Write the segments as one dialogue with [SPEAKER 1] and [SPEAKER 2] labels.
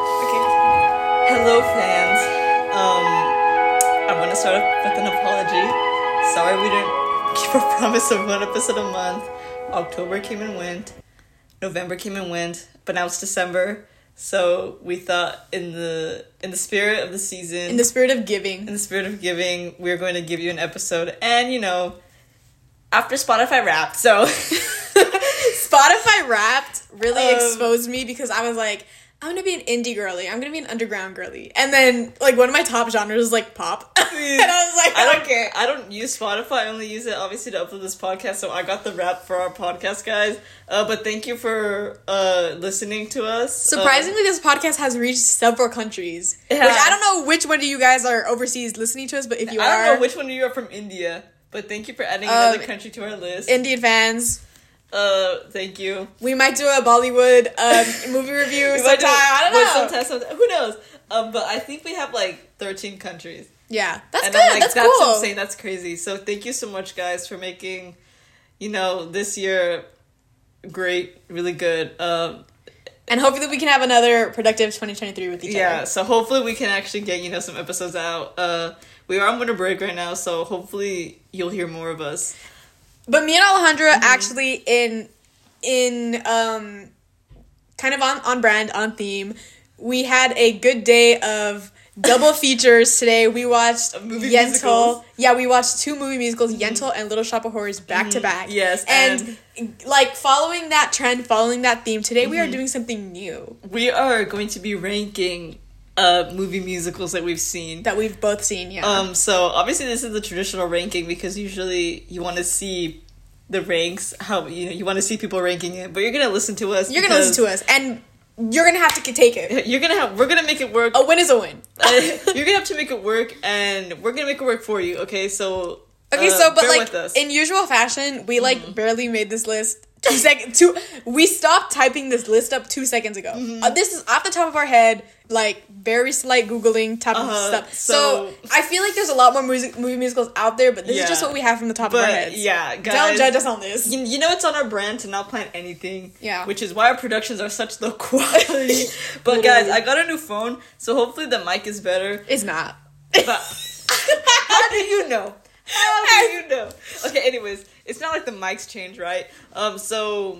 [SPEAKER 1] Okay. Hello, fans. Um, I want to start off with an apology. Sorry we didn't keep our promise of one episode a month. October came and went, November came and went, but now it's December. So we thought, in the in the spirit of the season,
[SPEAKER 2] In the spirit of
[SPEAKER 1] in
[SPEAKER 2] giving,
[SPEAKER 1] the spirit of giving, we're going to give you an episode, and you know, after Spotify Wrapped. So
[SPEAKER 2] Spotify Wrapped really
[SPEAKER 1] Um,
[SPEAKER 2] exposed me because I was like, I'm gonna be an indie girly. I'm gonna be an underground girly. And then like one of my top genres is like pop, and I was like, I don't care.
[SPEAKER 1] I Um, don't use Spotify. I only use it obviously to upload this podcast. So I got the wrap for our podcast, guys. Uh, but thank you for uh, listening to us. Um,
[SPEAKER 2] Surprisingly, this podcast has reached several countries.
[SPEAKER 1] It
[SPEAKER 2] Which
[SPEAKER 1] has.
[SPEAKER 2] I don't know which one of you guys are overseas listening to us, but if you
[SPEAKER 1] Um, I
[SPEAKER 2] are, Um,
[SPEAKER 1] don't know which one of you are from India, but thank you for adding another country to our list.
[SPEAKER 2] Indian fans,
[SPEAKER 1] uh, thank you.
[SPEAKER 2] we might do a Bollywood um, movie review
[SPEAKER 1] We might
[SPEAKER 2] sometime.
[SPEAKER 1] do-
[SPEAKER 2] I
[SPEAKER 1] well,
[SPEAKER 2] don't know.
[SPEAKER 1] Sometime, sometime, who knows? Um, but I think we have like thirteen countries.
[SPEAKER 2] Yeah, that's
[SPEAKER 1] and
[SPEAKER 2] good.
[SPEAKER 1] I'm like,
[SPEAKER 2] that's,
[SPEAKER 1] that's,
[SPEAKER 2] cool.
[SPEAKER 1] insane. That's crazy. So thank you so much, guys, for making, you know, this year great, really good. Um,
[SPEAKER 2] And hopefully, we can have another productive 2023 with each
[SPEAKER 1] yeah.
[SPEAKER 2] other.
[SPEAKER 1] So hopefully we can actually get you know some episodes out. Uh, we are on winter break right now, so hopefully you'll hear more of us.
[SPEAKER 2] But me and Alejandra
[SPEAKER 1] Mm-hmm.
[SPEAKER 2] actually in in um kind of on on brand on theme. We had a good day of double features today. We watched
[SPEAKER 1] Movie
[SPEAKER 2] Yentl.
[SPEAKER 1] musicals. Mm-hmm.
[SPEAKER 2] Yeah, we watched two movie musicals, Yentl and Little Shop of Horrors, back to back.
[SPEAKER 1] Yes,
[SPEAKER 2] and, like following that trend, following that theme, today we
[SPEAKER 1] Mm-hmm.
[SPEAKER 2] are doing something new
[SPEAKER 1] We are going to be ranking uh movie musicals that we've seen.
[SPEAKER 2] that we've both seen. Yeah,
[SPEAKER 1] Um, so obviously this is the traditional ranking because usually you want to see the ranks how you know you want to see people ranking it, but you're gonna listen to us.
[SPEAKER 2] you're gonna listen to us, and you're gonna have to c- take it.
[SPEAKER 1] You're gonna have we're gonna make it work.
[SPEAKER 2] A win is a win.
[SPEAKER 1] Uh, you're gonna have to make it work, and we're gonna make it work for you. Okay, so
[SPEAKER 2] Okay,
[SPEAKER 1] uh,
[SPEAKER 2] so but
[SPEAKER 1] bear
[SPEAKER 2] like
[SPEAKER 1] with us. Mm-hmm.
[SPEAKER 2] in usual fashion, we like barely made this list two seconds. Two, we stopped typing this list up two seconds ago.
[SPEAKER 1] Mm-hmm.
[SPEAKER 2] Uh, this is off the top of our head, like very slight googling type
[SPEAKER 1] Uh-huh,
[SPEAKER 2] of stuff. So,
[SPEAKER 1] so-
[SPEAKER 2] I feel like there's a lot more music movie musicals out there, but this is just
[SPEAKER 1] Yeah.
[SPEAKER 2] what we have from the top of our
[SPEAKER 1] but
[SPEAKER 2] heads.
[SPEAKER 1] yeah, guys,
[SPEAKER 2] don't judge us on this.
[SPEAKER 1] You, you know it's on our brand to not plan anything.
[SPEAKER 2] Yeah.
[SPEAKER 1] Which is why our productions are such low quality. but guys, I got a new phone, so hopefully the mic is better.
[SPEAKER 2] It's not.
[SPEAKER 1] But how do you know? How do you know? Okay, anyways, it's not like the mics change, right? Um, so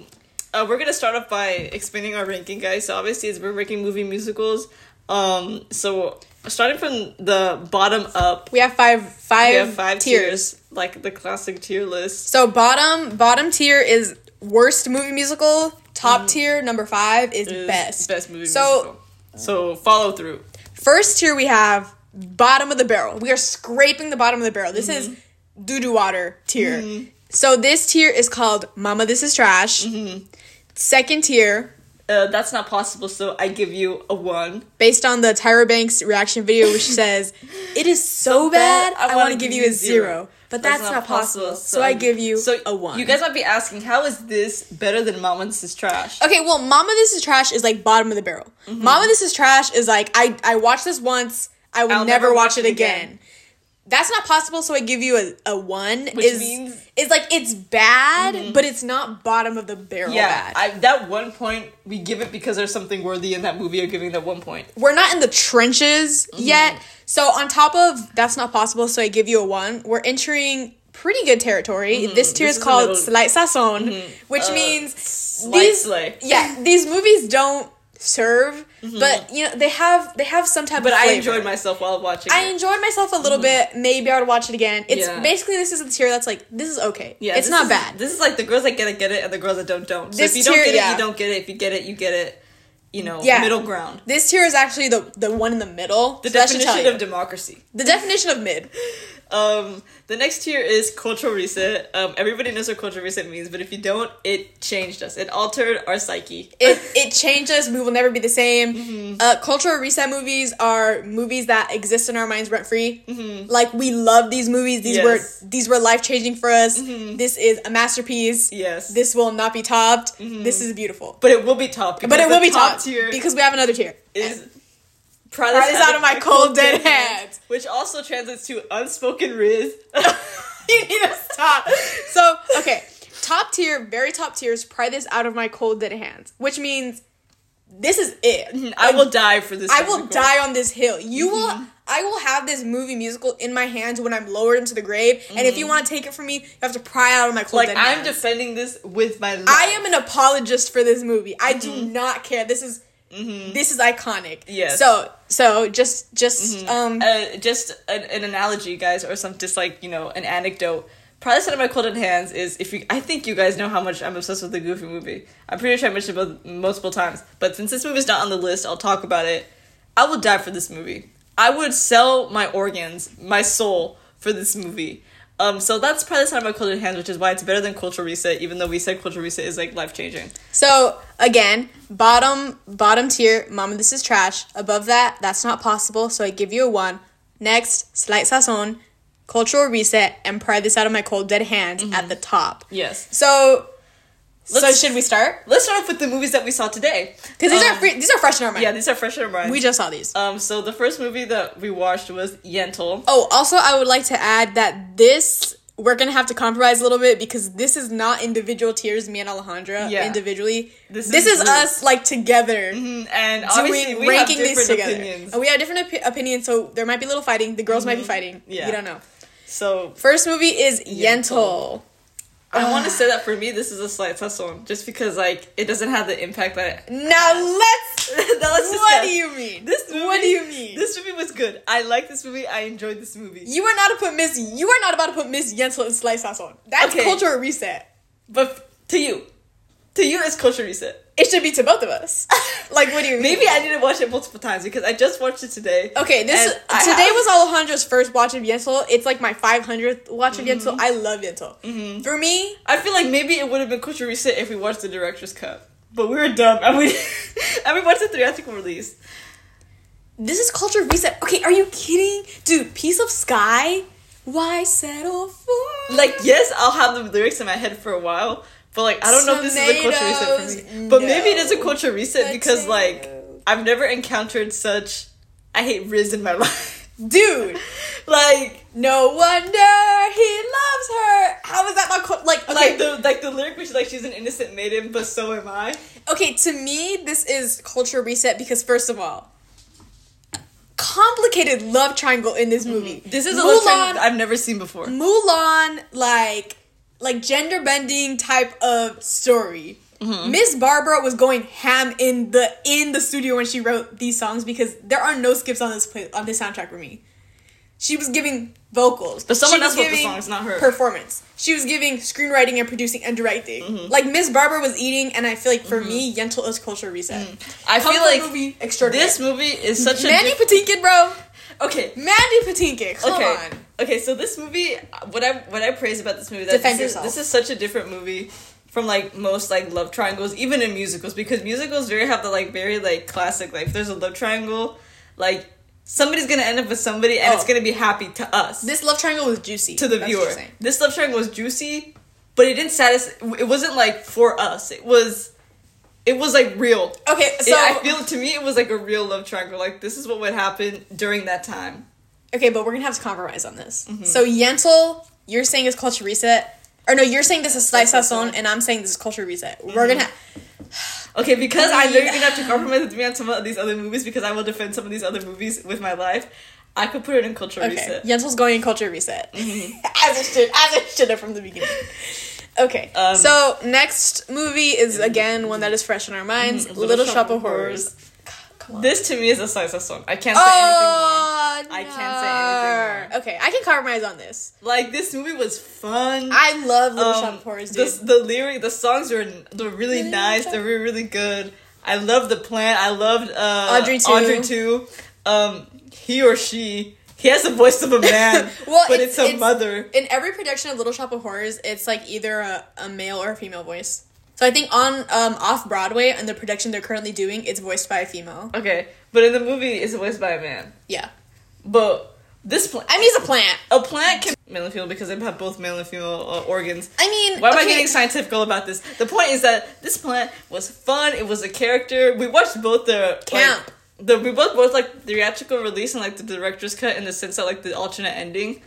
[SPEAKER 1] uh, we're gonna start off by expanding our ranking, guys. So obviously, it's we're ranking movie musicals. Um, so starting from the bottom up,
[SPEAKER 2] We have five five,
[SPEAKER 1] we have five
[SPEAKER 2] tiers.
[SPEAKER 1] tiers, like the classic tier list.
[SPEAKER 2] So bottom bottom tier is worst movie musical. Top tier number five is,
[SPEAKER 1] Mm-hmm. is
[SPEAKER 2] best.
[SPEAKER 1] best movie
[SPEAKER 2] So
[SPEAKER 1] musical. So follow through.
[SPEAKER 2] First tier we have bottom of the barrel. We are scraping the bottom of the barrel. This is doo doo water tier. So this tier is called Mama This Is Trash. Second tier,
[SPEAKER 1] Uh, that's not possible, so I give you a one.
[SPEAKER 2] based on the Tyra Banks reaction video, which says, It is so bad, I, want to give you a zero. But that's, not, possible. So, I give you
[SPEAKER 1] so
[SPEAKER 2] a one.
[SPEAKER 1] You guys might be asking, how is this better than Mama This Is Trash? Mm-hmm.
[SPEAKER 2] Okay, well, Mama This Is Trash is like bottom of the barrel. Mama This Is Trash is like I I watched this once, I will
[SPEAKER 1] I'll
[SPEAKER 2] never, watch it again. That's not possible, so I give you a, a one.
[SPEAKER 1] Which
[SPEAKER 2] is
[SPEAKER 1] means- Mm-hmm.
[SPEAKER 2] is like it's bad, but it's not bottom of the barrel
[SPEAKER 1] Yeah,
[SPEAKER 2] bad.
[SPEAKER 1] I, that one point we give it because there's something worthy in that movie of giving that one point.
[SPEAKER 2] We're not in the trenches
[SPEAKER 1] Mm-hmm.
[SPEAKER 2] yet. So on top of that's not possible, so I give you a one. We're entering pretty good territory. This tier
[SPEAKER 1] Mm-hmm. This is
[SPEAKER 2] is
[SPEAKER 1] a
[SPEAKER 2] called
[SPEAKER 1] little-
[SPEAKER 2] slight sazon, which means
[SPEAKER 1] Mm-hmm. Uh, Slight
[SPEAKER 2] these
[SPEAKER 1] slay. Mm-hmm.
[SPEAKER 2] yeah these movies don't serve but you know they have they have some type
[SPEAKER 1] but
[SPEAKER 2] of
[SPEAKER 1] I
[SPEAKER 2] flavor.
[SPEAKER 1] enjoyed myself while watching.
[SPEAKER 2] I
[SPEAKER 1] it.
[SPEAKER 2] enjoyed myself a little bit. Maybe I would watch it again. It's
[SPEAKER 1] Yeah.
[SPEAKER 2] basically this is a tier that's like this is okay.
[SPEAKER 1] Yeah,
[SPEAKER 2] it's
[SPEAKER 1] this
[SPEAKER 2] not
[SPEAKER 1] is-
[SPEAKER 2] bad.
[SPEAKER 1] This is like the girls that get it get it, and the girls that don't don't. So
[SPEAKER 2] This
[SPEAKER 1] if you don't
[SPEAKER 2] tier-
[SPEAKER 1] get it,
[SPEAKER 2] yeah.
[SPEAKER 1] you don't get it. If you get it, you get it. You know,
[SPEAKER 2] Yeah.
[SPEAKER 1] middle ground.
[SPEAKER 2] This tier is actually the the one in the middle.
[SPEAKER 1] The
[SPEAKER 2] so that should tell
[SPEAKER 1] definition
[SPEAKER 2] you.
[SPEAKER 1] of democracy.
[SPEAKER 2] the definition of mid.
[SPEAKER 1] Um, the next tier is cultural reset. Um, everybody knows what cultural reset means, but if you don't, it changed us. It altered our psyche.
[SPEAKER 2] It it changed us. We will never be the same.
[SPEAKER 1] Mm-hmm.
[SPEAKER 2] Uh, cultural reset movies are movies that exist in our minds rent free. Like we love these movies. These
[SPEAKER 1] Mm-hmm. Yes. Mm-hmm.
[SPEAKER 2] were these were life changing for us. This is a masterpiece.
[SPEAKER 1] yes, Mm-hmm.
[SPEAKER 2] This will not be topped. This is beautiful.
[SPEAKER 1] but it will be top.
[SPEAKER 2] But it will be
[SPEAKER 1] top
[SPEAKER 2] topped
[SPEAKER 1] tier
[SPEAKER 2] because we have another tier.
[SPEAKER 1] is. Pry
[SPEAKER 2] Pry this out of my cold, dead hands.
[SPEAKER 1] which also translates to unspoken riz.
[SPEAKER 2] you need to stop. So, okay. Top tier, very top tier is pry this out of my cold dead hands, which means this is it.
[SPEAKER 1] Mm-hmm. I will die for this.
[SPEAKER 2] I will
[SPEAKER 1] musical.
[SPEAKER 2] die on this hill. You
[SPEAKER 1] Mm-hmm.
[SPEAKER 2] will. I will have this movie musical in my hands when I'm lowered into the grave. And if you want to take it from me, you have to pry it out of my cold
[SPEAKER 1] Mm-hmm. Like
[SPEAKER 2] dead
[SPEAKER 1] I'm
[SPEAKER 2] hands.
[SPEAKER 1] defending this with my life.
[SPEAKER 2] I am an apologist for this movie. I do not care. This is this is iconic.
[SPEAKER 1] Mm-hmm. Yes.
[SPEAKER 2] So so just just um
[SPEAKER 1] uh, just an, an analogy, guys, or some just like you know an anecdote. Probably said in my cold in hands is if you. I think you guys know how much I'm obsessed with the Goofy movie. I'm pretty sure I mentioned both multiple times, but since this movie's not on the list, I'll talk about it. I will die for this movie. I would sell my organs, my soul, for this movie. Um, so that's probably said in my cold in hands, which is why it's better than Culture Reset, even though we said Culture Reset is like life changing.
[SPEAKER 2] so again, bottom bottom tier, Mama This Is Trash. Above that, that's not possible, so I give you a one. Next, Slight Sazon, Cultural Reset, and Pry This Out of My Cold Dead Hands at the top.
[SPEAKER 1] Mm-hmm. Yes.
[SPEAKER 2] So
[SPEAKER 1] Let's-
[SPEAKER 2] So should we start?
[SPEAKER 1] Let's start off with the movies that we saw today.
[SPEAKER 2] Because these are
[SPEAKER 1] Um,
[SPEAKER 2] free, these are fresh in our mind.
[SPEAKER 1] Yeah, these are fresh in our minds.
[SPEAKER 2] we just saw these.
[SPEAKER 1] Um, so the first movie that we watched was Yentl.
[SPEAKER 2] Oh, also, I would like to add that this we're gonna have to compromise a little bit because this is not individual tiers. Me and Alejandra
[SPEAKER 1] Yeah.
[SPEAKER 2] individually. This
[SPEAKER 1] This
[SPEAKER 2] is,
[SPEAKER 1] is group. Mm-hmm.
[SPEAKER 2] us like together
[SPEAKER 1] And obviously,
[SPEAKER 2] doing
[SPEAKER 1] we
[SPEAKER 2] ranking
[SPEAKER 1] have
[SPEAKER 2] these
[SPEAKER 1] different
[SPEAKER 2] together. Oh.
[SPEAKER 1] opinions. Mm-hmm.
[SPEAKER 2] And we have different opi- opinions, so there might be a little fighting. The girls might be fighting.
[SPEAKER 1] Yeah.
[SPEAKER 2] we don't know.
[SPEAKER 1] So
[SPEAKER 2] First movie is Yentl.
[SPEAKER 1] Yentl. I want to say that for me, this is a slight hustle, just because like it doesn't have the impact that. It,
[SPEAKER 2] Now let's.
[SPEAKER 1] that was
[SPEAKER 2] what do you mean?
[SPEAKER 1] This movie,
[SPEAKER 2] What do you mean?
[SPEAKER 1] This movie was good. I like this movie. I enjoyed this movie.
[SPEAKER 2] you are not to put Miss. You are not about to put Miss Yentl and Slice Sauce on. That's
[SPEAKER 1] Okay.
[SPEAKER 2] cultural reset.
[SPEAKER 1] But f- to you, to you, it's culture reset.
[SPEAKER 2] It should be to both of us. like, what do you mean?
[SPEAKER 1] Maybe I need to watch it multiple times because I just watched it today.
[SPEAKER 2] Okay, this
[SPEAKER 1] and I
[SPEAKER 2] today
[SPEAKER 1] have-
[SPEAKER 2] was Alejandra's first watch of Yentl. It's like my 500th watch of
[SPEAKER 1] Mm-hmm.
[SPEAKER 2] Yentl. I love Yentl. For me,
[SPEAKER 1] I feel like maybe it would have been culture reset if we watched the director's cut, but we were dumb and we and we watched the theatrical release.
[SPEAKER 2] this is culture reset. Okay, are you kidding, dude? Piece of sky. Why settle for?
[SPEAKER 1] Like, yes, I'll have the lyrics in my head for a while, but like, I don't know if this is a culture reset for me.
[SPEAKER 2] Tomatoes,
[SPEAKER 1] But maybe it is a
[SPEAKER 2] no.
[SPEAKER 1] culture reset because like
[SPEAKER 2] Potatoes.
[SPEAKER 1] I've never encountered such. I hate Riz in my life.
[SPEAKER 2] dude,
[SPEAKER 1] like,
[SPEAKER 2] no wonder he loves her. How is that not cul- like okay?
[SPEAKER 1] like the like the lyric which is like she's an innocent maiden, but so am I.
[SPEAKER 2] okay, to me, this is culture reset because first of all, complicated love triangle in this movie.
[SPEAKER 1] This is a Mm-hmm.
[SPEAKER 2] Mulan,
[SPEAKER 1] love triangle I've never seen before.
[SPEAKER 2] Mulan like like gender bending type of story.
[SPEAKER 1] Mm-hmm.
[SPEAKER 2] Miss Barbara was going ham in the in the studio when she wrote these songs because there are no skips on this play, on this soundtrack for me. She was giving vocals,
[SPEAKER 1] But someone
[SPEAKER 2] She was
[SPEAKER 1] else wrote the
[SPEAKER 2] giving
[SPEAKER 1] songs, not her.
[SPEAKER 2] Performance. She was giving screenwriting and producing and directing.
[SPEAKER 1] Mm-hmm.
[SPEAKER 2] Like Miss Barbara was eating, and I feel like for me, Yentl is culture reset.
[SPEAKER 1] I
[SPEAKER 2] Comfort
[SPEAKER 1] feel Mm-hmm. Mm. like
[SPEAKER 2] movie extraordinary.
[SPEAKER 1] this movie is such a
[SPEAKER 2] Mandy
[SPEAKER 1] diff-
[SPEAKER 2] Patinkin, bro.
[SPEAKER 1] okay.
[SPEAKER 2] Mandy Patinkin. Come
[SPEAKER 1] okay.
[SPEAKER 2] on.
[SPEAKER 1] Okay, so this movie, what I what I praise about this movie, that
[SPEAKER 2] Defend
[SPEAKER 1] this, is,
[SPEAKER 2] yourself.
[SPEAKER 1] this is such a different movie from like most like love triangles, even in musicals, because musicals very have the like very like classic like if there's a love triangle, like somebody's gonna end up with somebody and it's
[SPEAKER 2] Oh.
[SPEAKER 1] gonna be happy to us
[SPEAKER 2] This love triangle was juicy
[SPEAKER 1] to the
[SPEAKER 2] That's what
[SPEAKER 1] viewer.
[SPEAKER 2] you're saying.
[SPEAKER 1] This love triangle was juicy, but it didn't satisfy. It wasn't like for us. It was, it was like real.
[SPEAKER 2] Okay,
[SPEAKER 1] It-
[SPEAKER 2] so
[SPEAKER 1] I feel to me it was like a real love triangle. Like this is what would happen during that time.
[SPEAKER 2] Okay, but we're gonna have to compromise on this.
[SPEAKER 1] Mm-hmm.
[SPEAKER 2] So Yentl, you're saying is culture reset, or no? You're saying this is slice
[SPEAKER 1] Slice Mm-hmm.
[SPEAKER 2] sazon,
[SPEAKER 1] Sazon.
[SPEAKER 2] and I'm saying this is culture reset. We're gonna.
[SPEAKER 1] Okay, because I know you're
[SPEAKER 2] Yeah.
[SPEAKER 1] gonna have to compromise with me on some of these other movies because I will defend some of these other movies with my life. I could put it in culture
[SPEAKER 2] Okay,
[SPEAKER 1] reset. Mm-hmm.
[SPEAKER 2] Yentl's going in culture reset, as it should, as it should have from the beginning. Okay,
[SPEAKER 1] Um, mm-hmm.
[SPEAKER 2] so next movie is again one that is fresh in our minds, Little, Shop of Horrors. Come on.
[SPEAKER 1] This to me is a slice of song. I can't say
[SPEAKER 2] oh,
[SPEAKER 1] I can't
[SPEAKER 2] no. Okay, I can compromise on this.
[SPEAKER 1] anything. more. Like this movie was fun.
[SPEAKER 2] I love Little
[SPEAKER 1] Um,
[SPEAKER 2] Shop of Horrors, dude.
[SPEAKER 1] the, the lyric, the songs were they're really
[SPEAKER 2] Little
[SPEAKER 1] nice.
[SPEAKER 2] Shop-
[SPEAKER 1] They were really good. I loved the plan. I loved uh,
[SPEAKER 2] Audrey too.
[SPEAKER 1] Audrey too. Um, he or she. He has the voice of a man,
[SPEAKER 2] Well,
[SPEAKER 1] but
[SPEAKER 2] it's-
[SPEAKER 1] it's, a
[SPEAKER 2] it's-
[SPEAKER 1] mother.
[SPEAKER 2] in every production of Little Shop of Horrors, it's like either a, a male or a female voice. So I think on um, off Broadway and the production they're currently doing, it's voiced by a female.
[SPEAKER 1] Okay, but in the movie, it's voiced by a man.
[SPEAKER 2] Yeah,
[SPEAKER 1] But this plan,
[SPEAKER 2] I mean it's a plant.
[SPEAKER 1] A plant can male and female because they have both male and female uh, organs.
[SPEAKER 2] I mean,
[SPEAKER 1] Why am I
[SPEAKER 2] okay,
[SPEAKER 1] getting scientific about this? The point is that this plant was fun. It was a character. We watched both the like,
[SPEAKER 2] Camp.
[SPEAKER 1] the we both both like theatrical release and like the director's cut in the sense that like the alternate ending,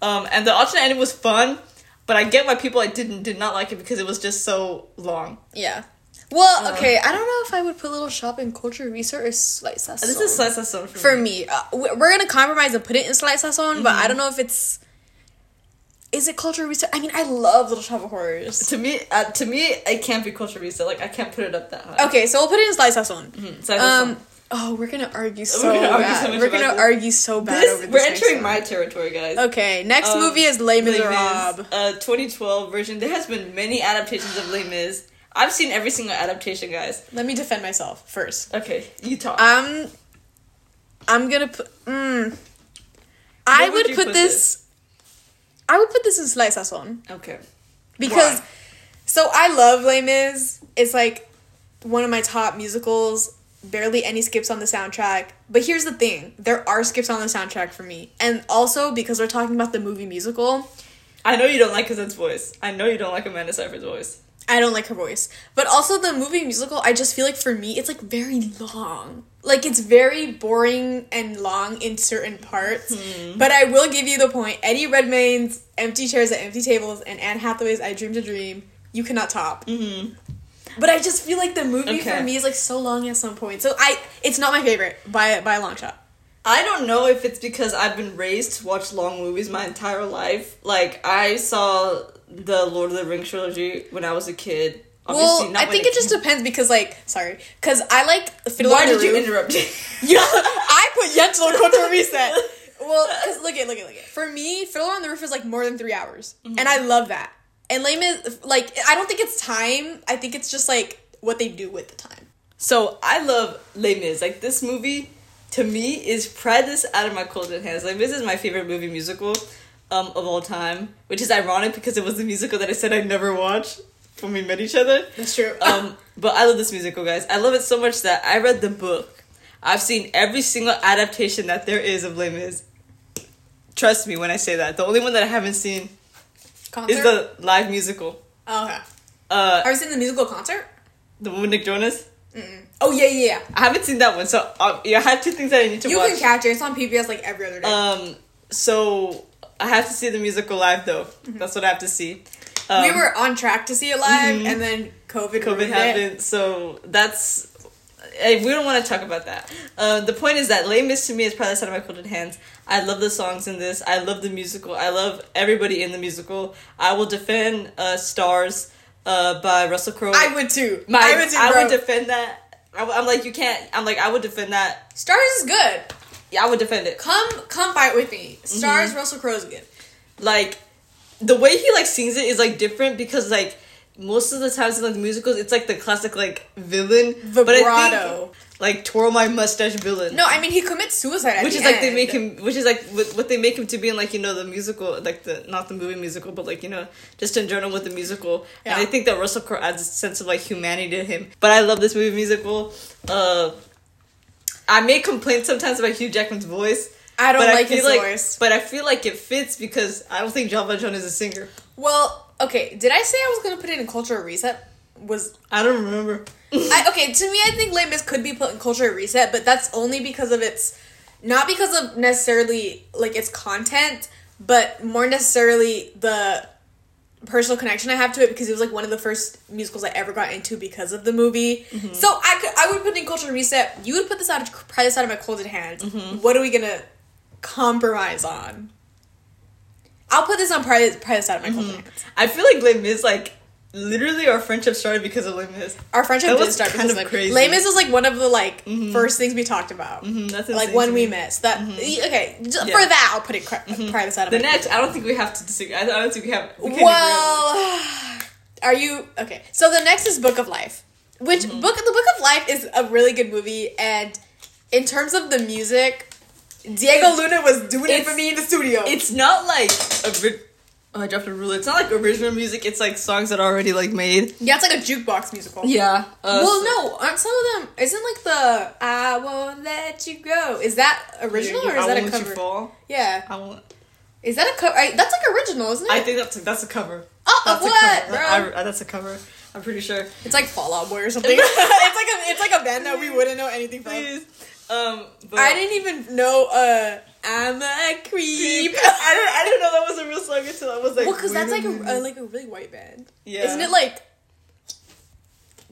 [SPEAKER 1] um, and the alternate ending was fun. But I get why people I didn't did not like it because it was just so long.
[SPEAKER 2] yeah. Well, okay, I don't know if I would put little shop in culture research or slice sazon.
[SPEAKER 1] This is slice sazon for,
[SPEAKER 2] for me. Uh, we- we're gonna compromise and put it in slice sazon, but
[SPEAKER 1] Mm-hmm.
[SPEAKER 2] I don't know if it's. Is it culture research? I mean, I love Little Shop of Horrors.
[SPEAKER 1] To me, uh, to me, it can't be culture visa. Like I can't put it up that high.
[SPEAKER 2] Okay, so we'll put it in slice sazon.
[SPEAKER 1] So I just-
[SPEAKER 2] Um. Oh, we're gonna argue so
[SPEAKER 1] gonna argue so
[SPEAKER 2] bad.
[SPEAKER 1] much
[SPEAKER 2] we're
[SPEAKER 1] about
[SPEAKER 2] gonna
[SPEAKER 1] this.
[SPEAKER 2] argue so bad
[SPEAKER 1] This-
[SPEAKER 2] over this.
[SPEAKER 1] we're
[SPEAKER 2] next
[SPEAKER 1] entering
[SPEAKER 2] one.
[SPEAKER 1] my territory, guys.
[SPEAKER 2] Okay, next
[SPEAKER 1] Um,
[SPEAKER 2] movie is Les
[SPEAKER 1] Les Mis,
[SPEAKER 2] Miserables.
[SPEAKER 1] uh, 2012 version. There has been many adaptations of Les Mis. I've seen every single adaptation, guys.
[SPEAKER 2] Let me defend myself first.
[SPEAKER 1] Okay, you talk.
[SPEAKER 2] Um, I'm gonna put. Mm, I
[SPEAKER 1] would
[SPEAKER 2] would,
[SPEAKER 1] you
[SPEAKER 2] put,
[SPEAKER 1] put
[SPEAKER 2] this, I would put this in slice sazon
[SPEAKER 1] okay.
[SPEAKER 2] because.
[SPEAKER 1] Why?
[SPEAKER 2] So I love Les Mis. It's like one of my top musicals. Barely any skips on the soundtrack. But here's the thing: there are skips on the soundtrack for me, and also because we're talking about the movie musical,
[SPEAKER 1] I know you don't like Kazen's voice. I know you don't like Amanda Seyfried's voice.
[SPEAKER 2] I don't like her voice. But also the movie musical, I just feel like for me it's like very long. Like it's very boring and long in certain parts.
[SPEAKER 1] Mm-hmm.
[SPEAKER 2] But I will give you the point. Eddie Redmayne's Empty Chairs at Empty Tables and Anne Hathaway's I Dreamed a Dream, you cannot top.
[SPEAKER 1] Mm-hmm.
[SPEAKER 2] But I just feel like the movie
[SPEAKER 1] Okay.
[SPEAKER 2] for me is like so long at some point. So I it's not my favorite by by a long shot.
[SPEAKER 1] I don't know if it's because I've been raised to watch long movies my entire life. Like I saw the Lord of the Rings trilogy when I was a kid.
[SPEAKER 2] Well,
[SPEAKER 1] not
[SPEAKER 2] I
[SPEAKER 1] when
[SPEAKER 2] think it just depends because like sorry, because I like Fiddler
[SPEAKER 1] Why
[SPEAKER 2] on the
[SPEAKER 1] did you
[SPEAKER 2] Roof.
[SPEAKER 1] interrupt? me?
[SPEAKER 2] Yeah, I put Yentl Kotor Reset. Well, because look at look at look at. For me, Fiddler on the Roof is like more than three hours,
[SPEAKER 1] Mm-hmm.
[SPEAKER 2] and I love that. And Lame is like I don't think it's time. I think it's just like what they do with the time.
[SPEAKER 1] So I love Les Mis. Like this movie, to me, is Prentice out of my cold and hands. Like this is my favorite movie musical, um, of all time. Which is ironic because it was the musical that I said I'd never watch when we met each other.
[SPEAKER 2] That's true.
[SPEAKER 1] Um, but I love this musical, guys. I love it so much that I read the book. I've seen every single adaptation that there is of Les Mis. Trust me when I say that. The only one that I haven't seen
[SPEAKER 2] concert.
[SPEAKER 1] is the live musical.
[SPEAKER 2] oh, okay.
[SPEAKER 1] Uh,
[SPEAKER 2] Are we in the musical concert?
[SPEAKER 1] the one with Nick Jonas.
[SPEAKER 2] Oh yeah yeah. yeah.
[SPEAKER 1] I haven't seen that one, so um, yeah, I have two things that I need to
[SPEAKER 2] You
[SPEAKER 1] watch.
[SPEAKER 2] can catch it. It's on PBS like every other day.
[SPEAKER 1] Um, so I have to see the musical live though.
[SPEAKER 2] Mm-hmm.
[SPEAKER 1] That's what I have to see. Um,
[SPEAKER 2] we were on track to see it live, and then COVID.
[SPEAKER 1] mm-hmm. COVID
[SPEAKER 2] ruined it.
[SPEAKER 1] happened, so that's. eh, We don't want to talk about that. Um, the point is that Les Mis to me is probably out of my cold hands. I love the songs in this. I love the musical. I love everybody in the musical. I will defend uh, Stars uh, by Russell Crowe.
[SPEAKER 2] I would too.
[SPEAKER 1] My,
[SPEAKER 2] I would too.
[SPEAKER 1] I
[SPEAKER 2] bro.
[SPEAKER 1] would defend that. I, am like you can't. I'm like I would defend that.
[SPEAKER 2] Stars is good.
[SPEAKER 1] Yeah, I would defend it.
[SPEAKER 2] Come come fight with me.
[SPEAKER 1] Mm-hmm.
[SPEAKER 2] Stars Russell Crowe's good.
[SPEAKER 1] like the way he like sings it is like different because like most of the times in like musicals it's like the classic like villain
[SPEAKER 2] Vibrato.
[SPEAKER 1] like twirl my mustache villain
[SPEAKER 2] No, I mean he commits suicide at
[SPEAKER 1] which
[SPEAKER 2] the
[SPEAKER 1] is like they
[SPEAKER 2] end.
[SPEAKER 1] make him which is like what, what they make him to be in like you know the musical like the not the movie musical but like you know just in general with the musical and
[SPEAKER 2] Yeah.
[SPEAKER 1] i think that russell crowe adds a sense of like humanity to him but i love this movie musical uh i may complain sometimes about hugh jackman's voice
[SPEAKER 2] I don't
[SPEAKER 1] but
[SPEAKER 2] like
[SPEAKER 1] feel
[SPEAKER 2] his
[SPEAKER 1] like,
[SPEAKER 2] voice.
[SPEAKER 1] But I feel like it fits because I don't think John Valjean is a singer.
[SPEAKER 2] Well, okay. Did I say I was gonna put it in cultural reset? Was
[SPEAKER 1] I don't remember.
[SPEAKER 2] I okay? To me, I think Les Mis could be put in cultural reset, but that's only because of its, not because of necessarily like its content, but more necessarily the personal connection I have to it because it was like one of the first musicals I ever got into because of the movie.
[SPEAKER 1] Mm-hmm.
[SPEAKER 2] So I could I would put in cultural reset. You would put this out of pry this out of my colded hands.
[SPEAKER 1] Mm-hmm.
[SPEAKER 2] What are we gonna compromise on? I'll put this on pry, pry this out of my
[SPEAKER 1] Mm-hmm.
[SPEAKER 2] colded hands.
[SPEAKER 1] I feel like Les Mis, like, literally our friendship started because of Les Mis.
[SPEAKER 2] Our friendship
[SPEAKER 1] That
[SPEAKER 2] did
[SPEAKER 1] was
[SPEAKER 2] start
[SPEAKER 1] kind
[SPEAKER 2] because
[SPEAKER 1] of
[SPEAKER 2] like
[SPEAKER 1] crazy. Mm-hmm.
[SPEAKER 2] Les Mis was like one of the like first things we talked about.
[SPEAKER 1] Mm, That's
[SPEAKER 2] Like
[SPEAKER 1] insane to
[SPEAKER 2] when we
[SPEAKER 1] me.
[SPEAKER 2] met. So that y- okay
[SPEAKER 1] Mm-hmm.
[SPEAKER 2] j-
[SPEAKER 1] Yeah. Mm-hmm.
[SPEAKER 2] for that I'll put it cry, pry this out of
[SPEAKER 1] The
[SPEAKER 2] my
[SPEAKER 1] next, I don't think we have to disagree. I don't think we have. We can't agree
[SPEAKER 2] Well, are you okay? So the next is Book of Life, which
[SPEAKER 1] Mm-hmm.
[SPEAKER 2] book the Book of Life is a really good movie, and in terms of the music, Diego Luna was doing it for
[SPEAKER 1] it's-
[SPEAKER 2] me in the studio.
[SPEAKER 1] on it. it's not like a. Ri- oh, I dropped a ruler. It's not like original music. It's like songs that are already like made.
[SPEAKER 2] yeah, it's like a jukebox musical.
[SPEAKER 1] Yeah. Uh,
[SPEAKER 2] Well,
[SPEAKER 1] so-
[SPEAKER 2] no, aren't some of them? Isn't like the "I won't let you go"? Is that original or
[SPEAKER 1] I
[SPEAKER 2] is that
[SPEAKER 1] Won't
[SPEAKER 2] a
[SPEAKER 1] Let You
[SPEAKER 2] cover?
[SPEAKER 1] Fall.
[SPEAKER 2] Yeah,
[SPEAKER 1] I won't.
[SPEAKER 2] is that a cover? That's like original, isn't it?
[SPEAKER 1] I think that's that's a cover.
[SPEAKER 2] Oh,
[SPEAKER 1] That's
[SPEAKER 2] what,
[SPEAKER 1] a
[SPEAKER 2] bro?
[SPEAKER 1] cover. I, I- that's a cover. I'm pretty sure.
[SPEAKER 2] it's like Fallout Boy or something. it's like a, it's like a band that we wouldn't know anything from.
[SPEAKER 1] Please. Um, but
[SPEAKER 2] I didn't even know. Uh, I'm a creep.
[SPEAKER 1] I didn't. I didn't know that was a real song until I was like.
[SPEAKER 2] well, because
[SPEAKER 1] wait
[SPEAKER 2] that's uh, like
[SPEAKER 1] minute.
[SPEAKER 2] a, uh, like a really white band,
[SPEAKER 1] Yeah.
[SPEAKER 2] isn't it? Like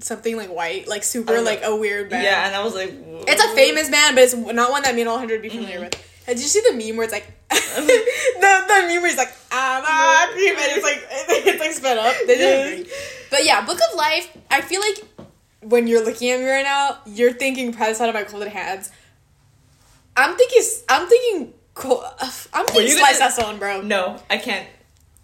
[SPEAKER 2] something like white, like super
[SPEAKER 1] Oh,
[SPEAKER 2] like a weird band.
[SPEAKER 1] Yeah, and I was like, Whoa.
[SPEAKER 2] It's a famous band, but it's not one that me and all 100 would be familiar
[SPEAKER 1] Mm-hmm.
[SPEAKER 2] with. Did you see the meme where it's like the the meme where it's like I'm
[SPEAKER 1] Ah,
[SPEAKER 2] a creep and it's like it's like sped up. They did
[SPEAKER 1] Yes.
[SPEAKER 2] agree. But yeah, Book of Life. I feel like when you're looking at me right now, you're thinking Price Out of My Colded Hands. I'm thinking. I'm thinking. Cold, I'm thinking
[SPEAKER 1] you gonna-
[SPEAKER 2] Slice That Stone, bro.
[SPEAKER 1] No, I can't.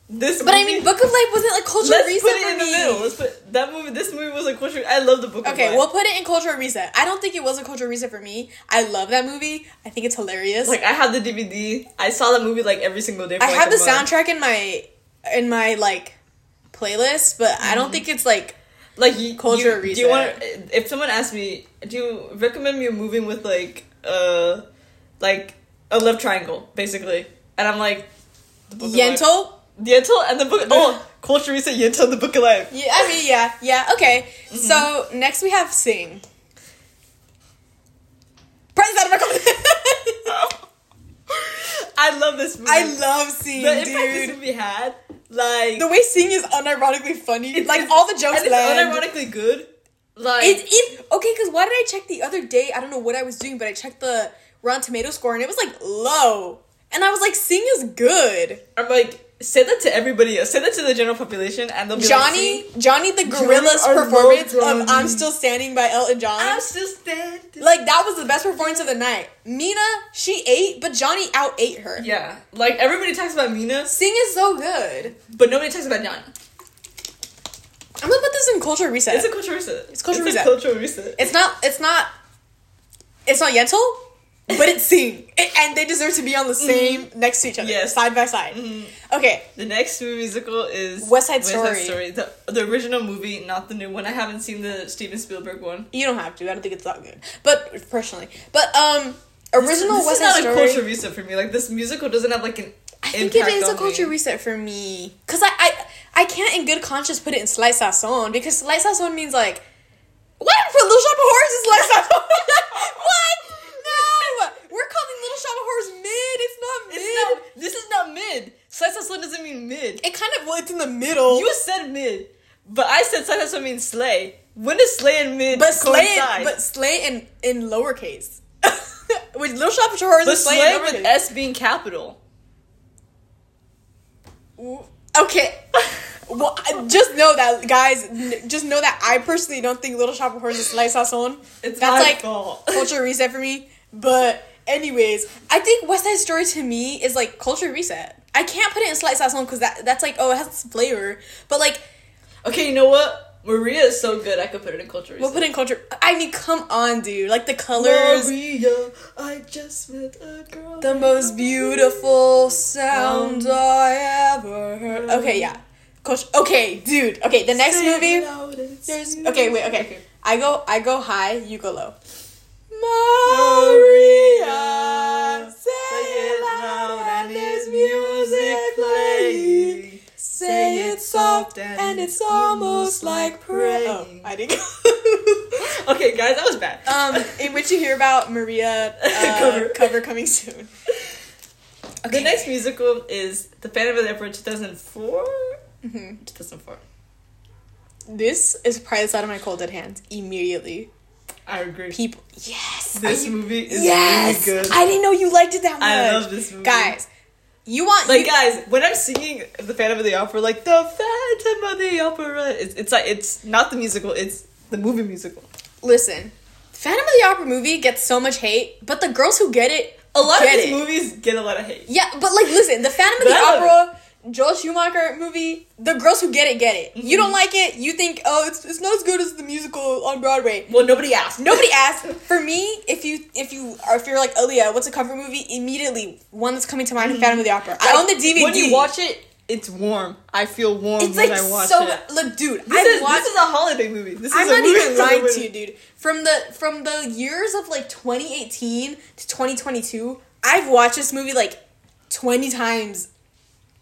[SPEAKER 1] This.
[SPEAKER 2] But I
[SPEAKER 1] movie-
[SPEAKER 2] mean, Book of Life wasn't like cultural
[SPEAKER 1] Let's
[SPEAKER 2] reset
[SPEAKER 1] put it
[SPEAKER 2] for
[SPEAKER 1] in
[SPEAKER 2] me.
[SPEAKER 1] the middle. Let's put that movie. This movie was a culture. I love the book.
[SPEAKER 2] Okay,
[SPEAKER 1] of
[SPEAKER 2] we'll
[SPEAKER 1] Life.
[SPEAKER 2] put it in cultural reset. I don't think it was a cultural reset for me. I love that movie. I think it's hilarious.
[SPEAKER 1] like I have the DVD. I saw that movie like every single day. For,
[SPEAKER 2] I
[SPEAKER 1] like,
[SPEAKER 2] have
[SPEAKER 1] a
[SPEAKER 2] the
[SPEAKER 1] month.
[SPEAKER 2] soundtrack in my in my like playlist, but I
[SPEAKER 1] Mm-hmm.
[SPEAKER 2] don't think it's like
[SPEAKER 1] Like you,
[SPEAKER 2] Culture
[SPEAKER 1] you, Do you want?
[SPEAKER 2] reset.
[SPEAKER 1] If someone asked me, do you recommend me a movie with like uh, like a love triangle basically? And I'm like, the Book of Life.
[SPEAKER 2] Yentl.
[SPEAKER 1] Yentl, and the book. Oh, culture reset. Yentl, and the book of life.
[SPEAKER 2] Yeah, I mean, yeah, yeah. Okay,
[SPEAKER 1] Mm-hmm.
[SPEAKER 2] so next we have Sing. Price out of my Cold-
[SPEAKER 1] I love this movie.
[SPEAKER 2] I love Sing,
[SPEAKER 1] the impact this
[SPEAKER 2] dude.
[SPEAKER 1] movie had. Like
[SPEAKER 2] The way Sing is unironically funny,
[SPEAKER 1] it's-
[SPEAKER 2] like
[SPEAKER 1] it's-
[SPEAKER 2] all the jokes.
[SPEAKER 1] and it's
[SPEAKER 2] land.
[SPEAKER 1] unironically good. Like
[SPEAKER 2] It's it, okay because why did I check the other day? I don't know what I was doing, but I checked the Rotten Tomato score and it was like low, and I was like, "Sing is good."
[SPEAKER 1] I'm like, say that to everybody else. Say that to the general population, and they'll be like,
[SPEAKER 2] Johnny,
[SPEAKER 1] "See,
[SPEAKER 2] Johnny the Gorilla's
[SPEAKER 1] I love
[SPEAKER 2] performance of
[SPEAKER 1] Johnny.
[SPEAKER 2] "I'm Still Standing" by Elton John.
[SPEAKER 1] I'm still standing.
[SPEAKER 2] like that was the best performance of the night. Mina, she ate, but Johnny out ate her.
[SPEAKER 1] yeah, like everybody talks about Mina,
[SPEAKER 2] Sing is so good.
[SPEAKER 1] but nobody talks about Johnny.
[SPEAKER 2] I'm gonna put this in culture reset.
[SPEAKER 1] It's
[SPEAKER 2] It's,
[SPEAKER 1] a cultural reset.
[SPEAKER 2] It's cultural
[SPEAKER 1] a
[SPEAKER 2] reset.
[SPEAKER 1] cultural reset.
[SPEAKER 2] not. It's not. It's not Yentl, but it's Sing, and they deserve to be on the same next to each other,
[SPEAKER 1] Mm-hmm. Yes. Mm-hmm.
[SPEAKER 2] side by side. Okay,
[SPEAKER 1] the next musical is
[SPEAKER 2] West Side Story.
[SPEAKER 1] The, the original movie, not the new one. I haven't seen the Steven Spielberg one.
[SPEAKER 2] You don't have to. I don't think it's that good. But personally, but um, original
[SPEAKER 1] this is
[SPEAKER 2] West
[SPEAKER 1] not
[SPEAKER 2] Side
[SPEAKER 1] a
[SPEAKER 2] Story.
[SPEAKER 1] culture reset for me. Like this musical doesn't have like an.
[SPEAKER 2] I think it
[SPEAKER 1] impact
[SPEAKER 2] is a
[SPEAKER 1] on
[SPEAKER 2] culture
[SPEAKER 1] me.
[SPEAKER 2] reset for me, cause I I I can't in good conscience put it in slice sazon because slice sazon means like, what for Little Shop of Horrors is slice sazon? what? No, we're calling Little Shop of Horrors mid. It's not mid.
[SPEAKER 1] It's not, this is not mid. Slice of Slow doesn't mean mid.
[SPEAKER 2] it kind of well, it's in the middle.
[SPEAKER 1] You said mid, but I said side hustle means slay. When does slay and mid
[SPEAKER 2] but slay,
[SPEAKER 1] coincide?
[SPEAKER 2] but slay in in lowercase. With Little Shop of Horrors
[SPEAKER 1] But
[SPEAKER 2] is slay, in
[SPEAKER 1] slay with
[SPEAKER 2] lowercase.
[SPEAKER 1] S being capital.
[SPEAKER 2] Okay. Well, I- just know that, guys. n- Just know that I personally don't think Little Shop of Horrors is slice us on.
[SPEAKER 1] It's
[SPEAKER 2] That's
[SPEAKER 1] my
[SPEAKER 2] like
[SPEAKER 1] fault.
[SPEAKER 2] culture reset for me. But anyways, I think West Side Story to me is like culture reset. I can't put it in slice us on because that that's like oh it has this flavor. But like
[SPEAKER 1] Okay, you know what? Maria is so good. I could put it in culture.
[SPEAKER 2] we'll put in culture. I mean, come on, dude. Like the colors,
[SPEAKER 1] Maria, I just met a girl.
[SPEAKER 2] the most beautiful sound I ever heard. Okay, yeah. Culture. Okay, dude. Okay, the next movie. There's okay, wait, okay. I go I go high, you go low. Maria, say it loud and there's music playing. Say it soft and it's almost like prayer. Oh, I didn't.
[SPEAKER 1] Okay, guys, that was bad.
[SPEAKER 2] um, in which you hear about Maria uh, cover.
[SPEAKER 1] Cover.
[SPEAKER 2] coming soon.
[SPEAKER 1] The next musical is The Phantom of the Opera 2004?
[SPEAKER 2] Mhm.
[SPEAKER 1] 2004.
[SPEAKER 2] This is prize out of my cold dead hands immediately.
[SPEAKER 1] I agree.
[SPEAKER 2] People, yes,
[SPEAKER 1] this
[SPEAKER 2] I-
[SPEAKER 1] movie is
[SPEAKER 2] yes,
[SPEAKER 1] really good.
[SPEAKER 2] I didn't know you liked it that much.
[SPEAKER 1] I love this movie.
[SPEAKER 2] guys. You want
[SPEAKER 1] Like
[SPEAKER 2] you-
[SPEAKER 1] guys, when I'm singing the Phantom of the Opera, like the Phantom of the Opera, it's it's like it's not the musical, it's the movie musical.
[SPEAKER 2] Listen, Phantom of the Opera movie gets so much hate, but the girls who get it,
[SPEAKER 1] A lot
[SPEAKER 2] Get
[SPEAKER 1] of these
[SPEAKER 2] it.
[SPEAKER 1] movies get a lot of hate.
[SPEAKER 2] yeah. But like, listen, the Phantom of the
[SPEAKER 1] But I love
[SPEAKER 2] Opera, Joel Schumacher movie, the girls who get it get it. You
[SPEAKER 1] Mm-hmm.
[SPEAKER 2] don't like it, you think, oh, it's it's not as good as the musical on Broadway.
[SPEAKER 1] Well, nobody asked.
[SPEAKER 2] Nobody asked. For me, if you if you or if you're like Aaliyah, what's a comfort movie? Immediately, one that's coming to mind, Phantom of the Opera. I own the DVD.
[SPEAKER 1] When you watch it, it's warm. I feel warm
[SPEAKER 2] it's
[SPEAKER 1] when
[SPEAKER 2] like
[SPEAKER 1] I watch
[SPEAKER 2] so.
[SPEAKER 1] it.
[SPEAKER 2] Look, dude,
[SPEAKER 1] This,
[SPEAKER 2] I
[SPEAKER 1] is,
[SPEAKER 2] watched.
[SPEAKER 1] this is a holiday movie. This
[SPEAKER 2] I'm
[SPEAKER 1] is a
[SPEAKER 2] not
[SPEAKER 1] movie
[SPEAKER 2] even lying
[SPEAKER 1] for the
[SPEAKER 2] to you,
[SPEAKER 1] women.
[SPEAKER 2] dude. From the from the years of like 2018 to 2022, I've watched this movie like 20 times,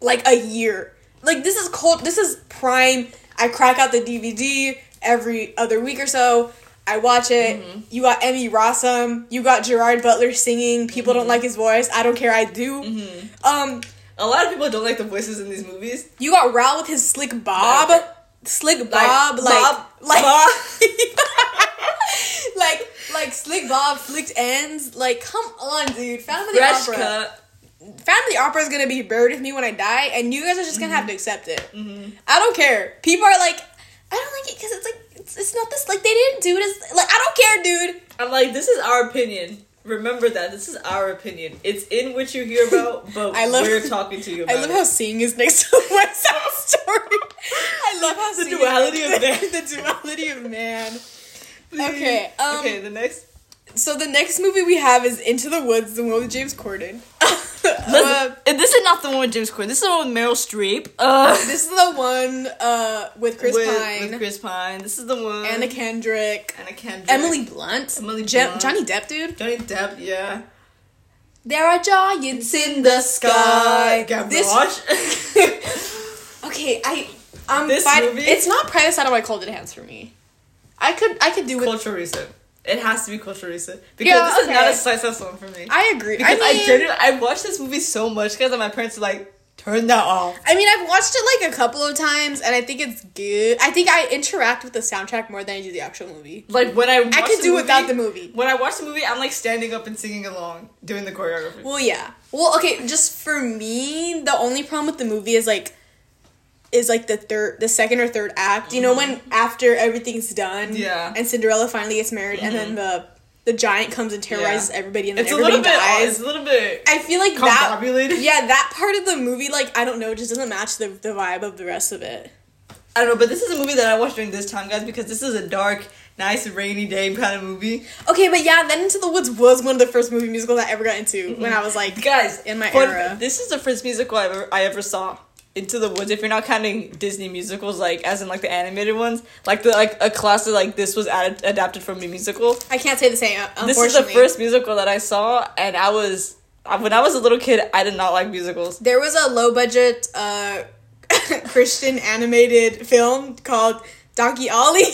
[SPEAKER 2] like a year. Like this is cold. This is prime. I crack out the DVD every other week or so. I watch it.
[SPEAKER 1] Mm-hmm.
[SPEAKER 2] You got Emmy Rossum. You got Gerard Butler singing. People
[SPEAKER 1] Mm-hmm.
[SPEAKER 2] don't like his voice. I don't care. I do. Um,
[SPEAKER 1] A lot of people don't like the voices in these movies.
[SPEAKER 2] you got Raul with his slick bob. Slick Bob, like,
[SPEAKER 1] Bob,
[SPEAKER 2] like,
[SPEAKER 1] Bob.
[SPEAKER 2] like, like Slick Bob, flicked ends. Like, come on, dude. Family
[SPEAKER 1] Fresh
[SPEAKER 2] opera.
[SPEAKER 1] cut.
[SPEAKER 2] Family opera is gonna be buried with me when I die, and you guys are just gonna have to
[SPEAKER 1] Mm-hmm.
[SPEAKER 2] accept it. I don't care. People are like, I don't like it because it's like it's, it's not this. Like they didn't do this. Like I don't care, dude.
[SPEAKER 1] I'm like, this is our opinion. Remember that this is our opinion. It's in what you hear about, but
[SPEAKER 2] I love-
[SPEAKER 1] we're talking to you. About
[SPEAKER 2] I love
[SPEAKER 1] it.
[SPEAKER 2] how seeing is next to West Side Story. I love how
[SPEAKER 1] The
[SPEAKER 2] Seeing-
[SPEAKER 1] duality of man.
[SPEAKER 2] the duality of man. Okay, um,
[SPEAKER 1] okay. The next.
[SPEAKER 2] So the next movie we have is Into the Woods, the one with James Corden. Uh,
[SPEAKER 1] Listen, and this is not the one with James Corden. This is the one with Meryl Streep. Uh,
[SPEAKER 2] this is the one uh, with Chris
[SPEAKER 1] with,
[SPEAKER 2] Pine,
[SPEAKER 1] With Chris Pine. This is the one.
[SPEAKER 2] Anna Kendrick,
[SPEAKER 1] Anna Kendrick.
[SPEAKER 2] Emily Blunt,
[SPEAKER 1] Emily
[SPEAKER 2] Je-
[SPEAKER 1] Blunt.
[SPEAKER 2] Johnny Depp, dude.
[SPEAKER 1] Johnny Depp. Yeah.
[SPEAKER 2] There are giants in the sky.
[SPEAKER 1] This,
[SPEAKER 2] okay, I um,
[SPEAKER 1] This
[SPEAKER 2] fine-
[SPEAKER 1] movie-
[SPEAKER 2] It's not Private Side of My Cold Hands for me. I could I could do with
[SPEAKER 1] culture recent. It has to be culture recent because
[SPEAKER 2] Yeah,
[SPEAKER 1] this is not
[SPEAKER 2] okay.
[SPEAKER 1] a success one for me.
[SPEAKER 2] I agree.
[SPEAKER 1] because I,
[SPEAKER 2] I mean, I,
[SPEAKER 1] genuinely I watched this movie so much because my parents were like, turn that off.
[SPEAKER 2] mean, I've watched it like a couple of times, and I think it's good. I think I interact with the soundtrack more than I do the actual movie.
[SPEAKER 1] Like when I watched
[SPEAKER 2] I could do without the movie.
[SPEAKER 1] When I watch the movie, I'm like standing up and singing along, doing the choreography.
[SPEAKER 2] Well, yeah. Well, okay. Just for me, the only problem with the movie is like, is like the third, the second or third act. You know when after everything's done,
[SPEAKER 1] Mm-hmm. Yeah. Mm-hmm.
[SPEAKER 2] and Cinderella finally gets married, and then the the giant comes and terrorizes
[SPEAKER 1] Yeah.
[SPEAKER 2] everybody, and then
[SPEAKER 1] it's a
[SPEAKER 2] everybody
[SPEAKER 1] little bit.
[SPEAKER 2] dies.
[SPEAKER 1] It's a little bit.
[SPEAKER 2] I feel like that.
[SPEAKER 1] Combobulated?
[SPEAKER 2] Yeah, that part of the movie, like I don't know, just doesn't match the the vibe of the rest of it.
[SPEAKER 1] I don't know, but this is a movie that I watched during this time, guys, because this is a dark, nice, rainy day kind of movie.
[SPEAKER 2] Okay, but yeah, then Into the Woods was one of the first movie musicals I ever got into when I was like
[SPEAKER 1] Mm-hmm. Guys,
[SPEAKER 2] in my
[SPEAKER 1] fun-
[SPEAKER 2] era.
[SPEAKER 1] this is the first musical I ever, I ever saw. Into the Woods. If you're not counting Disney musicals, like as in like the animated ones, like the like a classic like this was ad- adapted from a musical.
[SPEAKER 2] I can't say the same. Unfortunately,
[SPEAKER 1] This is the first musical that I saw, and I was I- when I was a little kid, I did not like musicals.
[SPEAKER 2] There was a low budget uh, Christian animated film called Donkey Ollie,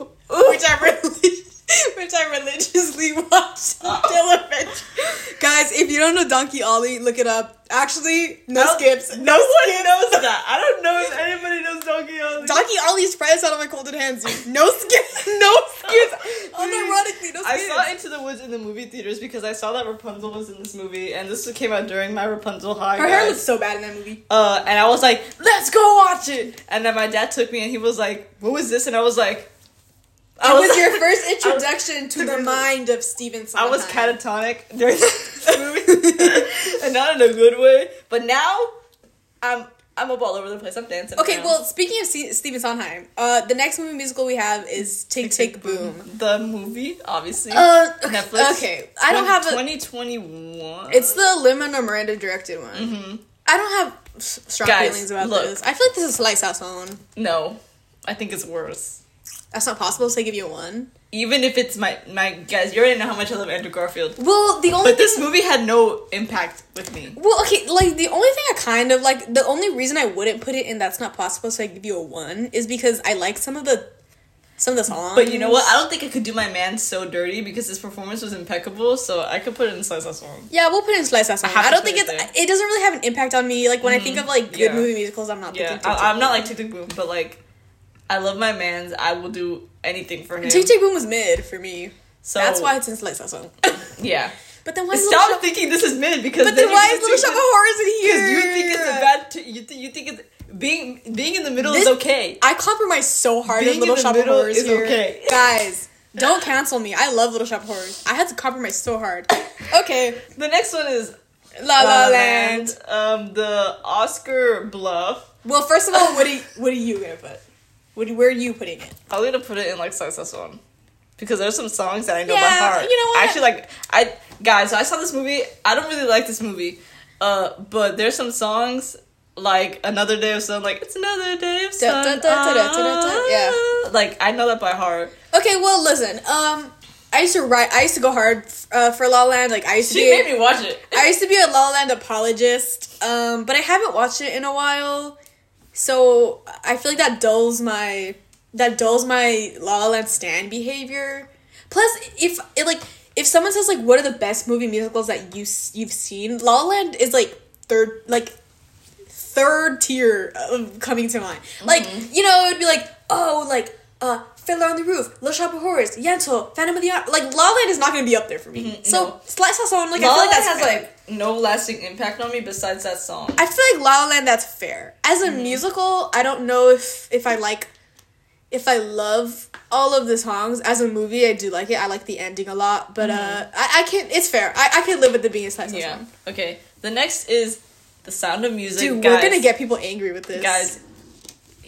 [SPEAKER 2] which I really. Which I religiously watched
[SPEAKER 1] Oh.
[SPEAKER 2] until eventually. Guys, if you don't know Donkey Ollie, look it up. Actually, no
[SPEAKER 1] I'll-
[SPEAKER 2] skips.
[SPEAKER 1] No one knows that. I don't know if anybody knows Donkey Kong.
[SPEAKER 2] Donkey Ollie's prize out of my cold hands. dude. No skips. No
[SPEAKER 1] Oh
[SPEAKER 2] skips. Unironically, no skips.
[SPEAKER 1] I saw Into the Woods in the movie theaters because I saw that Rapunzel was in this movie, and this came out during my Rapunzel high.
[SPEAKER 2] Her hair
[SPEAKER 1] guys.
[SPEAKER 2] looks so bad in that movie.
[SPEAKER 1] uh, and I was like, "Let's go watch it." And then my dad took me, and he was like, "What was this?" And I was like,
[SPEAKER 2] It was your
[SPEAKER 1] I
[SPEAKER 2] first
[SPEAKER 1] was-
[SPEAKER 2] introduction to the mind of Steven
[SPEAKER 1] I was
[SPEAKER 2] Sondheim.
[SPEAKER 1] catatonic during the movie, and not in a good way. But now, I'm I'm up all over the place. I'm dancing.
[SPEAKER 2] Okay,
[SPEAKER 1] around.
[SPEAKER 2] well, speaking of Se- Stephen Sondheim, uh, the next movie musical we have is Tick Tick Boom.
[SPEAKER 1] the movie, obviously.
[SPEAKER 2] Uh, okay,
[SPEAKER 1] Netflix.
[SPEAKER 2] okay, I don't have a.
[SPEAKER 1] 2021.
[SPEAKER 2] It's the Lemon or Miranda directed one. I don't have s- strong
[SPEAKER 1] Mm-hmm. Guys,
[SPEAKER 2] feelings about
[SPEAKER 1] look.
[SPEAKER 2] this. I feel like this is Slice House on.
[SPEAKER 1] no. I think it's worse.
[SPEAKER 2] That's not possible, so I give you a one.
[SPEAKER 1] Even if it's my my guys, you already know how much I love Andrew Garfield.
[SPEAKER 2] Well, the only
[SPEAKER 1] But this movie had no impact with me.
[SPEAKER 2] Well, okay, like the only thing I kind of like, the only reason I wouldn't put it in that's not possible, so I give you a one, is because I like some of the, some of the songs.
[SPEAKER 1] But you know what? I don't think I could do my man so dirty because his performance was impeccable. So I could put it in slice as well.
[SPEAKER 2] Yeah, we'll put it in slice that song.
[SPEAKER 1] have
[SPEAKER 2] I,
[SPEAKER 1] to
[SPEAKER 2] don't
[SPEAKER 1] put
[SPEAKER 2] think
[SPEAKER 1] it Mm-hmm.
[SPEAKER 2] it's. It doesn't really have an impact on me. Like when I think of like good
[SPEAKER 1] Yeah.
[SPEAKER 2] movie musicals, I'm not.
[SPEAKER 1] Yeah,
[SPEAKER 2] thinking Tick,
[SPEAKER 1] I, I'm
[SPEAKER 2] Tick,
[SPEAKER 1] not
[SPEAKER 2] Boom.
[SPEAKER 1] like Tick Tick Boom, but like, I love my man's. I will do anything for him.
[SPEAKER 2] Tick Tick Boom was mid for me.
[SPEAKER 1] So
[SPEAKER 2] That's why it's in slice that song.
[SPEAKER 1] Yeah.
[SPEAKER 2] but then why? Is
[SPEAKER 1] Stop
[SPEAKER 2] Little Shop-
[SPEAKER 1] thinking this is mid because
[SPEAKER 2] but then
[SPEAKER 1] you
[SPEAKER 2] why
[SPEAKER 1] just
[SPEAKER 2] is Little
[SPEAKER 1] think
[SPEAKER 2] Shop of
[SPEAKER 1] that-
[SPEAKER 2] Horrors in here?
[SPEAKER 1] Because you think it's a bad. T- you, th- you think it's being being in the middle
[SPEAKER 2] This-
[SPEAKER 1] is okay.
[SPEAKER 2] I compromise so hard
[SPEAKER 1] Being
[SPEAKER 2] in Little
[SPEAKER 1] in the
[SPEAKER 2] Shop of
[SPEAKER 1] middle
[SPEAKER 2] Horrors
[SPEAKER 1] is
[SPEAKER 2] here.
[SPEAKER 1] okay.
[SPEAKER 2] Guys, don't cancel me. I love Little Shop of Horrors. I had to compromise so hard. Okay,
[SPEAKER 1] The next one is
[SPEAKER 2] La La, Land.
[SPEAKER 1] Um, the Oscar bluff.
[SPEAKER 2] Well, first of all, what are you, what are you gonna put? What, where are you putting it?
[SPEAKER 1] I'm gonna put it in like success one because there's some songs that I know by
[SPEAKER 2] Yeah,
[SPEAKER 1] heart.
[SPEAKER 2] you know what?
[SPEAKER 1] I actually like I guys. So I saw this movie. I don't really like this movie, uh, but there's some songs like Another Day of Sun. Like it's another day of
[SPEAKER 2] Da-
[SPEAKER 1] sun.
[SPEAKER 2] da- da- da- da- da- da-
[SPEAKER 1] ah.
[SPEAKER 2] yeah.
[SPEAKER 1] Like I know that by heart.
[SPEAKER 2] Okay, well, listen. Um, I used to write. I used to go hard uh, for La La Land. Like I used to
[SPEAKER 1] She
[SPEAKER 2] be.
[SPEAKER 1] made me watch it.
[SPEAKER 2] I used to be a La La Land apologist. Um, but I haven't watched it in a while, so I feel like that dulls my that dulls my La La Land stand behavior. Plus, if it like if someone says like what are the best movie musicals that you s- you've seen, La La Land is like third like third tier of coming to mind.
[SPEAKER 1] Mm-hmm.
[SPEAKER 2] Like, you know, it would be like, oh, like, uh, Fiddler on the Roof, Little Shop of Horrors, Yentl, Phantom of the Opera. Like, La La Land is not going to be up there for me. So, Slice House on, like,
[SPEAKER 1] Mm-hmm,
[SPEAKER 2] I
[SPEAKER 1] La
[SPEAKER 2] feel
[SPEAKER 1] La
[SPEAKER 2] like that's
[SPEAKER 1] Land has
[SPEAKER 2] fair.
[SPEAKER 1] like no lasting impact on me besides that song.
[SPEAKER 2] I feel like La La Land. That's fair. As a
[SPEAKER 1] Mm.
[SPEAKER 2] musical, I don't know if if I like, if I love all of the songs. As a movie, I do like it. I like the ending a lot, but uh, I, I can. It's fair. I, I can live with the being a slice of
[SPEAKER 1] Mm-hmm. yeah.
[SPEAKER 2] song.
[SPEAKER 1] Okay. The next is The Sound of Music.
[SPEAKER 2] Dude,
[SPEAKER 1] guys,
[SPEAKER 2] we're gonna get people angry with this,
[SPEAKER 1] guys.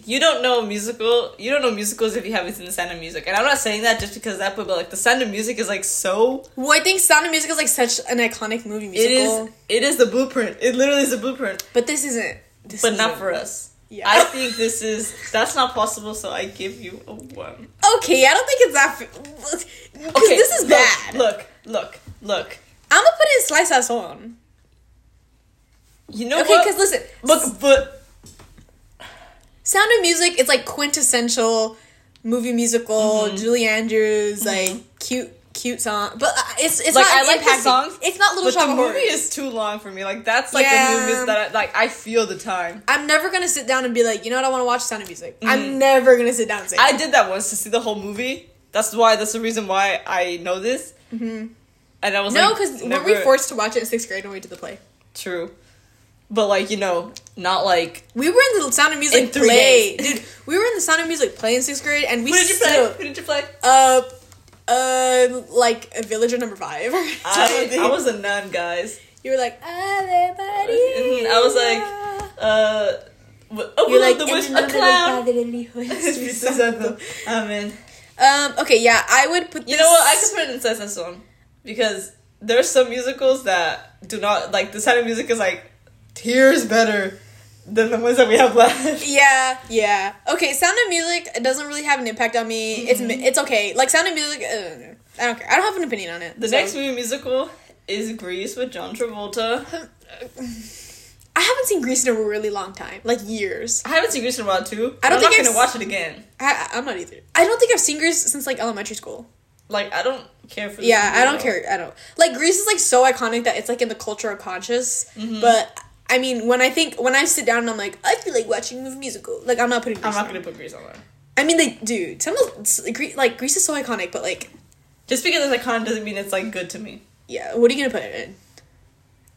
[SPEAKER 1] You don't know musical. You don't know musicals if you haven't seen The Sound of Music, and I'm not saying that just because that, but, but like The Sound of Music is like so.
[SPEAKER 2] Well, I think Sound of Music is like such an iconic movie
[SPEAKER 1] It
[SPEAKER 2] musical,
[SPEAKER 1] is. It is the blueprint. It literally is the blueprint,
[SPEAKER 2] but this isn't. This
[SPEAKER 1] but
[SPEAKER 2] isn't.
[SPEAKER 1] not for us.
[SPEAKER 2] Yeah.
[SPEAKER 1] I think this is that's not possible. So I give you a one.
[SPEAKER 2] okay, I don't think it's that. Because
[SPEAKER 1] Okay,
[SPEAKER 2] this is
[SPEAKER 1] look,
[SPEAKER 2] bad.
[SPEAKER 1] Look, look, look.
[SPEAKER 2] I'm gonna put in slice house on.
[SPEAKER 1] You know
[SPEAKER 2] Okay,
[SPEAKER 1] what?
[SPEAKER 2] because listen,
[SPEAKER 1] look, but
[SPEAKER 2] Sound of Music is like quintessential movie musical.
[SPEAKER 1] Mm-hmm.
[SPEAKER 2] Julie Andrews, like cute, cute song, but uh, it's it's
[SPEAKER 1] Like,
[SPEAKER 2] not
[SPEAKER 1] I like the
[SPEAKER 2] impacting.
[SPEAKER 1] songs,
[SPEAKER 2] It's not Little
[SPEAKER 1] but
[SPEAKER 2] Shop
[SPEAKER 1] the
[SPEAKER 2] of Horrors.
[SPEAKER 1] movie is too long for me. Like that's like
[SPEAKER 2] Yeah.
[SPEAKER 1] a movie that I, like I feel the time.
[SPEAKER 2] I'm never gonna sit down and be like, you know what, I want to watch Sound of Music. I'm never gonna sit down and say.
[SPEAKER 1] Mm-hmm. I
[SPEAKER 2] that.
[SPEAKER 1] did that once to see the whole movie. That's why. That's the reason why I know this. Mm-hmm. And I was
[SPEAKER 2] no,
[SPEAKER 1] like,
[SPEAKER 2] because were
[SPEAKER 1] never-
[SPEAKER 2] we forced to watch it in sixth grade when we did the play?
[SPEAKER 1] True, but like you know, not like.
[SPEAKER 2] We were in the Sound of Music
[SPEAKER 1] In three
[SPEAKER 2] play,
[SPEAKER 1] days.
[SPEAKER 2] dude. We were in the Sound of Music play in sixth grade, and we
[SPEAKER 1] Who did you
[SPEAKER 2] still
[SPEAKER 1] play? Who did you play?
[SPEAKER 2] uh uh like a villager number five. or
[SPEAKER 1] I,
[SPEAKER 2] something.
[SPEAKER 1] I was a nun, guys.
[SPEAKER 2] you were like everybody.
[SPEAKER 1] Mhm, I was like, Uh, w- open
[SPEAKER 2] You're
[SPEAKER 1] up
[SPEAKER 2] like
[SPEAKER 1] the
[SPEAKER 2] the
[SPEAKER 1] wish a clown.
[SPEAKER 2] clown.
[SPEAKER 1] Amen.
[SPEAKER 2] um. Okay. Yeah, I would put. This,
[SPEAKER 1] You know what? I could put it in Sesame one because there's some musicals that do not like the sound of music is like tears better than the ones that we have left.
[SPEAKER 2] Yeah. Yeah. Okay. Sound of Music doesn't really have an impact on me. It's
[SPEAKER 1] Mm-hmm.
[SPEAKER 2] mi- it's okay. Like Sound of Music. Uh, I don't care. I don't have an opinion on it.
[SPEAKER 1] The
[SPEAKER 2] so-
[SPEAKER 1] next movie musical is Grease with John Travolta.
[SPEAKER 2] I haven't seen Grease in a really long time. Like years.
[SPEAKER 1] I haven't seen Grease in a while too.
[SPEAKER 2] I don't
[SPEAKER 1] I'm
[SPEAKER 2] think
[SPEAKER 1] not
[SPEAKER 2] I've
[SPEAKER 1] gonna watch it again.
[SPEAKER 2] I, I I'm not either. I don't think I've seen Grease since like elementary school.
[SPEAKER 1] Like I don't care for. This
[SPEAKER 2] Yeah.
[SPEAKER 1] movie
[SPEAKER 2] I
[SPEAKER 1] at
[SPEAKER 2] don't
[SPEAKER 1] all.
[SPEAKER 2] care. I don't like Grease is like so iconic that it's like in the cultural conscious.
[SPEAKER 1] Mm-hmm.
[SPEAKER 2] But I mean, when I think when I sit down and I'm like, I feel like watching a musical. Like I'm not putting.
[SPEAKER 1] I'm
[SPEAKER 2] Grease
[SPEAKER 1] not
[SPEAKER 2] on.
[SPEAKER 1] gonna put Grease on there.
[SPEAKER 2] I mean, they do. Some of s- Gre- like Greece is so iconic, but like,
[SPEAKER 1] Just because it's iconic doesn't mean it's like good to me.
[SPEAKER 2] yeah, what are you gonna put it in?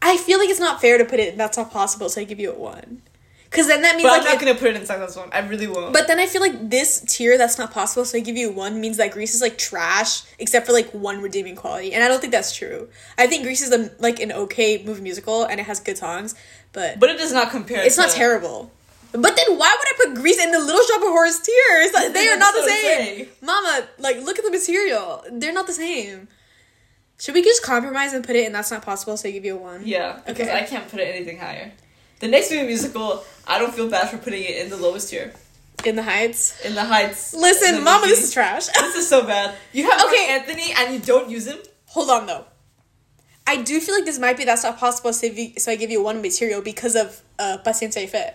[SPEAKER 2] I feel like it's not fair to put it. in That's not possible. So I give you a one, because then that means
[SPEAKER 1] But
[SPEAKER 2] like.
[SPEAKER 1] I'm not
[SPEAKER 2] it-
[SPEAKER 1] gonna put it in Sesame one. I really won't.
[SPEAKER 2] but then I feel like this tier that's not possible, so I give you a one means that Greece is like trash, except for like one redeeming quality, and I don't think that's true. I think Greece is a, like an okay movie musical, and it has good songs, but,
[SPEAKER 1] but it does not compare.
[SPEAKER 2] it's not
[SPEAKER 1] to-
[SPEAKER 2] terrible. But then why would I put Greece in the Little Shop of Horrors tiers? Like, They are not the
[SPEAKER 1] That's what I'm
[SPEAKER 2] same.
[SPEAKER 1] saying.
[SPEAKER 2] Mama, like look at the material. They're not the same. Should we just compromise and put it in that's not possible, so I give you a one?
[SPEAKER 1] Yeah, because
[SPEAKER 2] Okay.
[SPEAKER 1] I can't put it anything higher. The next movie musical, I don't feel bad for putting it in the lowest tier,
[SPEAKER 2] In the heights.
[SPEAKER 1] in the heights.
[SPEAKER 2] Listen,
[SPEAKER 1] the
[SPEAKER 2] mama,
[SPEAKER 1] movie.
[SPEAKER 2] this is trash.
[SPEAKER 1] this is so bad. You have
[SPEAKER 2] Okay.
[SPEAKER 1] okay Anthony, and you don't use him.
[SPEAKER 2] Hold on though. I do feel like this might be that's not possible, so, if you, so I give you one material because of uh Paciente Fe.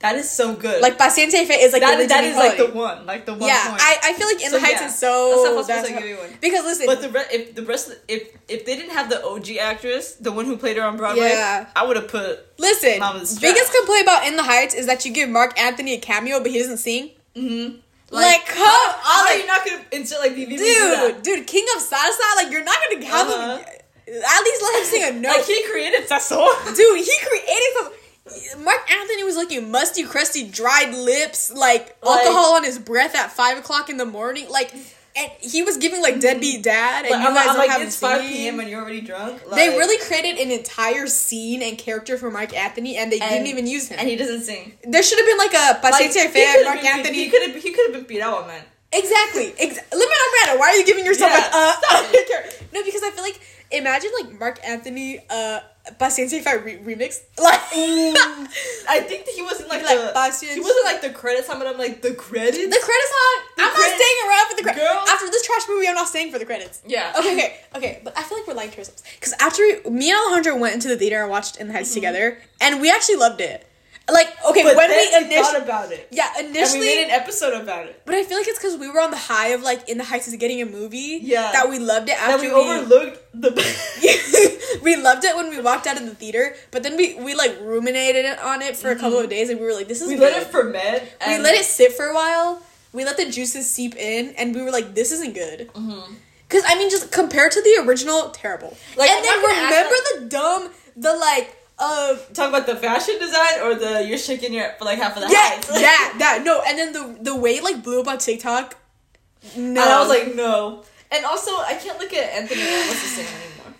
[SPEAKER 1] That is so good.
[SPEAKER 2] Like Paciente Fe is like
[SPEAKER 1] that,
[SPEAKER 2] the
[SPEAKER 1] that
[SPEAKER 2] redeeming
[SPEAKER 1] is like the
[SPEAKER 2] quality.
[SPEAKER 1] one, like the one
[SPEAKER 2] yeah,
[SPEAKER 1] point.
[SPEAKER 2] I, I feel like in
[SPEAKER 1] So,
[SPEAKER 2] the heights
[SPEAKER 1] yeah.
[SPEAKER 2] is so
[SPEAKER 1] That's not possible, so I give you one.
[SPEAKER 2] because listen,
[SPEAKER 1] but the re- if the rest if if they didn't have the OG actress, the one who played her on Broadway,
[SPEAKER 2] Yeah.
[SPEAKER 1] I would have put
[SPEAKER 2] Listen,
[SPEAKER 1] Mama's
[SPEAKER 2] biggest
[SPEAKER 1] trash.
[SPEAKER 2] complaint about In the Heights is that you give Mark Anthony a cameo, but he doesn't sing.
[SPEAKER 1] mm-hmm. like,
[SPEAKER 2] Like, come on,
[SPEAKER 1] how are you not gonna insert like BBB?
[SPEAKER 2] dude, dude, King of Salsa, like you're not gonna have
[SPEAKER 1] Uh-huh.
[SPEAKER 2] him. At least let him sing a note,
[SPEAKER 1] like he created Sasso.
[SPEAKER 2] dude. He created some. Mark Anthony was looking musty, crusty, dried lips, like,
[SPEAKER 1] Like-
[SPEAKER 2] alcohol on his breath at five o'clock in the morning, like, and he was giving like deadbeat dad,
[SPEAKER 1] Mm-hmm.
[SPEAKER 2] and
[SPEAKER 1] But
[SPEAKER 2] you
[SPEAKER 1] I'm,
[SPEAKER 2] guys
[SPEAKER 1] I'm
[SPEAKER 2] don't
[SPEAKER 1] like,
[SPEAKER 2] have
[SPEAKER 1] it's 5
[SPEAKER 2] him
[SPEAKER 1] p.m.
[SPEAKER 2] singing.
[SPEAKER 1] and you're already drunk.
[SPEAKER 2] They
[SPEAKER 1] like-
[SPEAKER 2] really created an entire scene and character for Mark Anthony, and they didn't
[SPEAKER 1] And-
[SPEAKER 2] even use him.
[SPEAKER 1] And he doesn't sing.
[SPEAKER 2] there should have been like a Paciente
[SPEAKER 1] he
[SPEAKER 2] Fe,
[SPEAKER 1] could've
[SPEAKER 2] Mark
[SPEAKER 1] been-
[SPEAKER 2] Anthony.
[SPEAKER 1] He could have. He could have been beat out, man.
[SPEAKER 2] Exactly. Ex- Limit on Miranda. Why are you giving yourself
[SPEAKER 1] Yeah,
[SPEAKER 2] like uh,
[SPEAKER 1] stop it.
[SPEAKER 2] character? No, because I feel like imagine like Mark Anthony uh Paciente Fe re- remix like the
[SPEAKER 1] I think that he wasn't like,
[SPEAKER 2] Like,
[SPEAKER 1] the.
[SPEAKER 2] Bastian-
[SPEAKER 1] He wasn't like the credits. time, but I'm like the credits.
[SPEAKER 2] credits song. I'm not
[SPEAKER 1] credits-
[SPEAKER 2] staying around for the credits.
[SPEAKER 1] Girl.
[SPEAKER 2] After this trash movie, I'm not staying for the credits.
[SPEAKER 1] Yeah.
[SPEAKER 2] Okay, okay, okay. But I feel like we're lying to ourselves because after we- me and Alejandro went into the theater and watched In the Heights together, and we actually loved it. Like okay,
[SPEAKER 1] Mm-hmm. But
[SPEAKER 2] when
[SPEAKER 1] then
[SPEAKER 2] we
[SPEAKER 1] we thought
[SPEAKER 2] initially.
[SPEAKER 1] about it,
[SPEAKER 2] Yeah,
[SPEAKER 1] and
[SPEAKER 2] initially
[SPEAKER 1] we made an episode about it
[SPEAKER 2] But I feel like it's because we were on the high of like in the heights is getting a movie.
[SPEAKER 1] Yeah.
[SPEAKER 2] That we loved it
[SPEAKER 1] that
[SPEAKER 2] after
[SPEAKER 1] we
[SPEAKER 2] we
[SPEAKER 1] overlooked the.
[SPEAKER 2] we loved it when we walked out of the theater, but then we we like ruminated on it for a couple of days, and we were like, "This is
[SPEAKER 1] Mm-hmm. We
[SPEAKER 2] good.
[SPEAKER 1] let it ferment.
[SPEAKER 2] we
[SPEAKER 1] and-
[SPEAKER 2] let it sit for a while. We let the juices seep in, and we were like, "This isn't good."
[SPEAKER 1] Mhm.
[SPEAKER 2] Because I mean, just compared to the original, terrible.
[SPEAKER 1] Like, I'm
[SPEAKER 2] and then
[SPEAKER 1] not gonna act
[SPEAKER 2] remember the dumb, the like, uh,
[SPEAKER 1] Talk about the fashion design or the you're shaking your for like half of the
[SPEAKER 2] yeah,
[SPEAKER 1] house.
[SPEAKER 2] that, that, no, and then the the way it, like blew up on TikTok. No,
[SPEAKER 1] And I was like, no. And also, I can't look at Anthony Ramos the same anymore.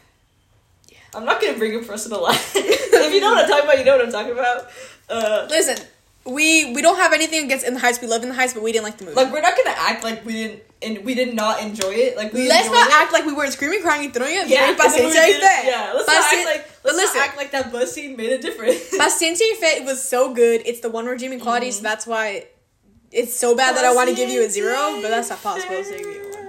[SPEAKER 1] I'm not gonna bring a personal life. if you know what I'm talking about, you know what I'm talking about. Uh,
[SPEAKER 2] listen, we we don't have anything against In the Heights. We love In the Heights, but we didn't like the movie.
[SPEAKER 1] like we're not gonna act like we didn't and we did not enjoy it. Like we
[SPEAKER 2] let's
[SPEAKER 1] enjoyed
[SPEAKER 2] not
[SPEAKER 1] it.
[SPEAKER 2] act like we weren't screaming, crying, and throwing up.
[SPEAKER 1] Yeah,
[SPEAKER 2] Yeah,
[SPEAKER 1] and then we
[SPEAKER 2] Paciente
[SPEAKER 1] did it.
[SPEAKER 2] Fe.
[SPEAKER 1] yeah. Let's not
[SPEAKER 2] Pasi-
[SPEAKER 1] act like
[SPEAKER 2] but
[SPEAKER 1] let's
[SPEAKER 2] listen,
[SPEAKER 1] not act like that bus scene made a difference.
[SPEAKER 2] Paciente Fe was so good. It's the one where Jimmy Quality,
[SPEAKER 1] Mm-hmm.
[SPEAKER 2] so that's why it's so bad that I want to give you a zero, but that's not possible. So give you a one.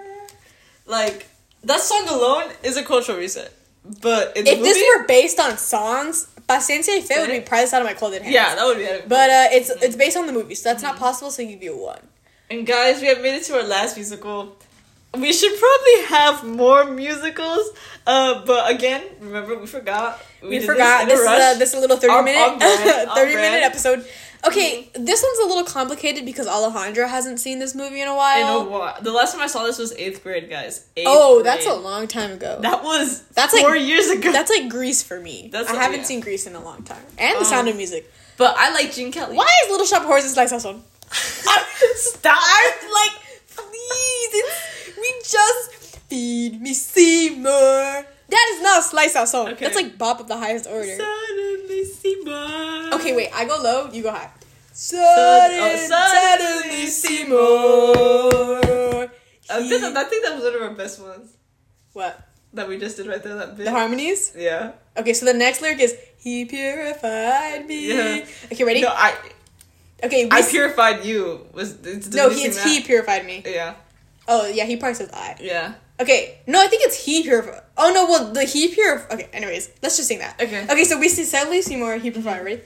[SPEAKER 1] Like that song alone is a cultural reset, but in the
[SPEAKER 2] If this
[SPEAKER 1] movie-
[SPEAKER 2] were based on songs, Paciente Fe would be priced out of my closet. Hands.
[SPEAKER 1] yeah, Mm-hmm. that would be. it.
[SPEAKER 2] But uh, it's it's based on the movie, so that's not
[SPEAKER 1] Mm-hmm.
[SPEAKER 2] possible. So give you a one.
[SPEAKER 1] And guys, we have made it to our last musical. We should probably have more musicals, uh, but again, remember we forgot.
[SPEAKER 2] We,
[SPEAKER 1] did this
[SPEAKER 2] forgot
[SPEAKER 1] in a
[SPEAKER 2] this,
[SPEAKER 1] rush.
[SPEAKER 2] is a, this is a little 30
[SPEAKER 1] Our-
[SPEAKER 2] minute
[SPEAKER 1] our brand, our
[SPEAKER 2] 30 minute
[SPEAKER 1] brand. Mm-hmm.
[SPEAKER 2] episode. Okay, this one's a little complicated because Alejandra hasn't seen this movie in a
[SPEAKER 1] I
[SPEAKER 2] while.
[SPEAKER 1] know what. The last time I saw this was eighth grade, guys. Eighth
[SPEAKER 2] oh, that's a
[SPEAKER 1] grade.
[SPEAKER 2] long time ago.
[SPEAKER 1] That was
[SPEAKER 2] That's
[SPEAKER 1] four
[SPEAKER 2] like-
[SPEAKER 1] years ago.
[SPEAKER 2] that's like Grease for me.
[SPEAKER 1] That's-
[SPEAKER 2] I haven't
[SPEAKER 1] yeah.
[SPEAKER 2] seen Grease in a long time. And The Sound
[SPEAKER 1] Um,
[SPEAKER 2] of Music.
[SPEAKER 1] But I like Gene Kelly.
[SPEAKER 2] Why is Little Shop of Horses like this one?
[SPEAKER 1] Stop!
[SPEAKER 2] Like, please, it's, we just feed me Seymour. That is not Slice Our Soul.
[SPEAKER 1] Okay.
[SPEAKER 2] That's like Bop of the highest order.
[SPEAKER 1] Suddenly Seymour.
[SPEAKER 2] Okay, wait. I go low. You go high.
[SPEAKER 1] oh,
[SPEAKER 2] Sudden,
[SPEAKER 1] suddenly
[SPEAKER 2] suddenly,
[SPEAKER 1] Seymour.
[SPEAKER 2] Seymour.
[SPEAKER 1] I
[SPEAKER 2] He-
[SPEAKER 1] think, that, I think that was one of our best ones
[SPEAKER 2] What?
[SPEAKER 1] that we just did right there. That bit.
[SPEAKER 2] The harmonies?
[SPEAKER 1] yeah.
[SPEAKER 2] Okay, so the next lyric is He purified me.
[SPEAKER 1] Yeah.
[SPEAKER 2] Okay, ready?
[SPEAKER 1] No, I
[SPEAKER 2] Okay, we
[SPEAKER 1] I
[SPEAKER 2] s-
[SPEAKER 1] purified you. Was it's,
[SPEAKER 2] No,
[SPEAKER 1] did
[SPEAKER 2] he,
[SPEAKER 1] you
[SPEAKER 2] it's
[SPEAKER 1] sing
[SPEAKER 2] he purified me.
[SPEAKER 1] that? Yeah,
[SPEAKER 2] Oh yeah, he probably says I.
[SPEAKER 1] yeah.
[SPEAKER 2] Okay, no, I think it's he purified. Oh no, well the he purified. Okay, anyways, let's just sing that.
[SPEAKER 1] Okay.
[SPEAKER 2] Okay, so we see suddenly Seymour, he purified. Ready?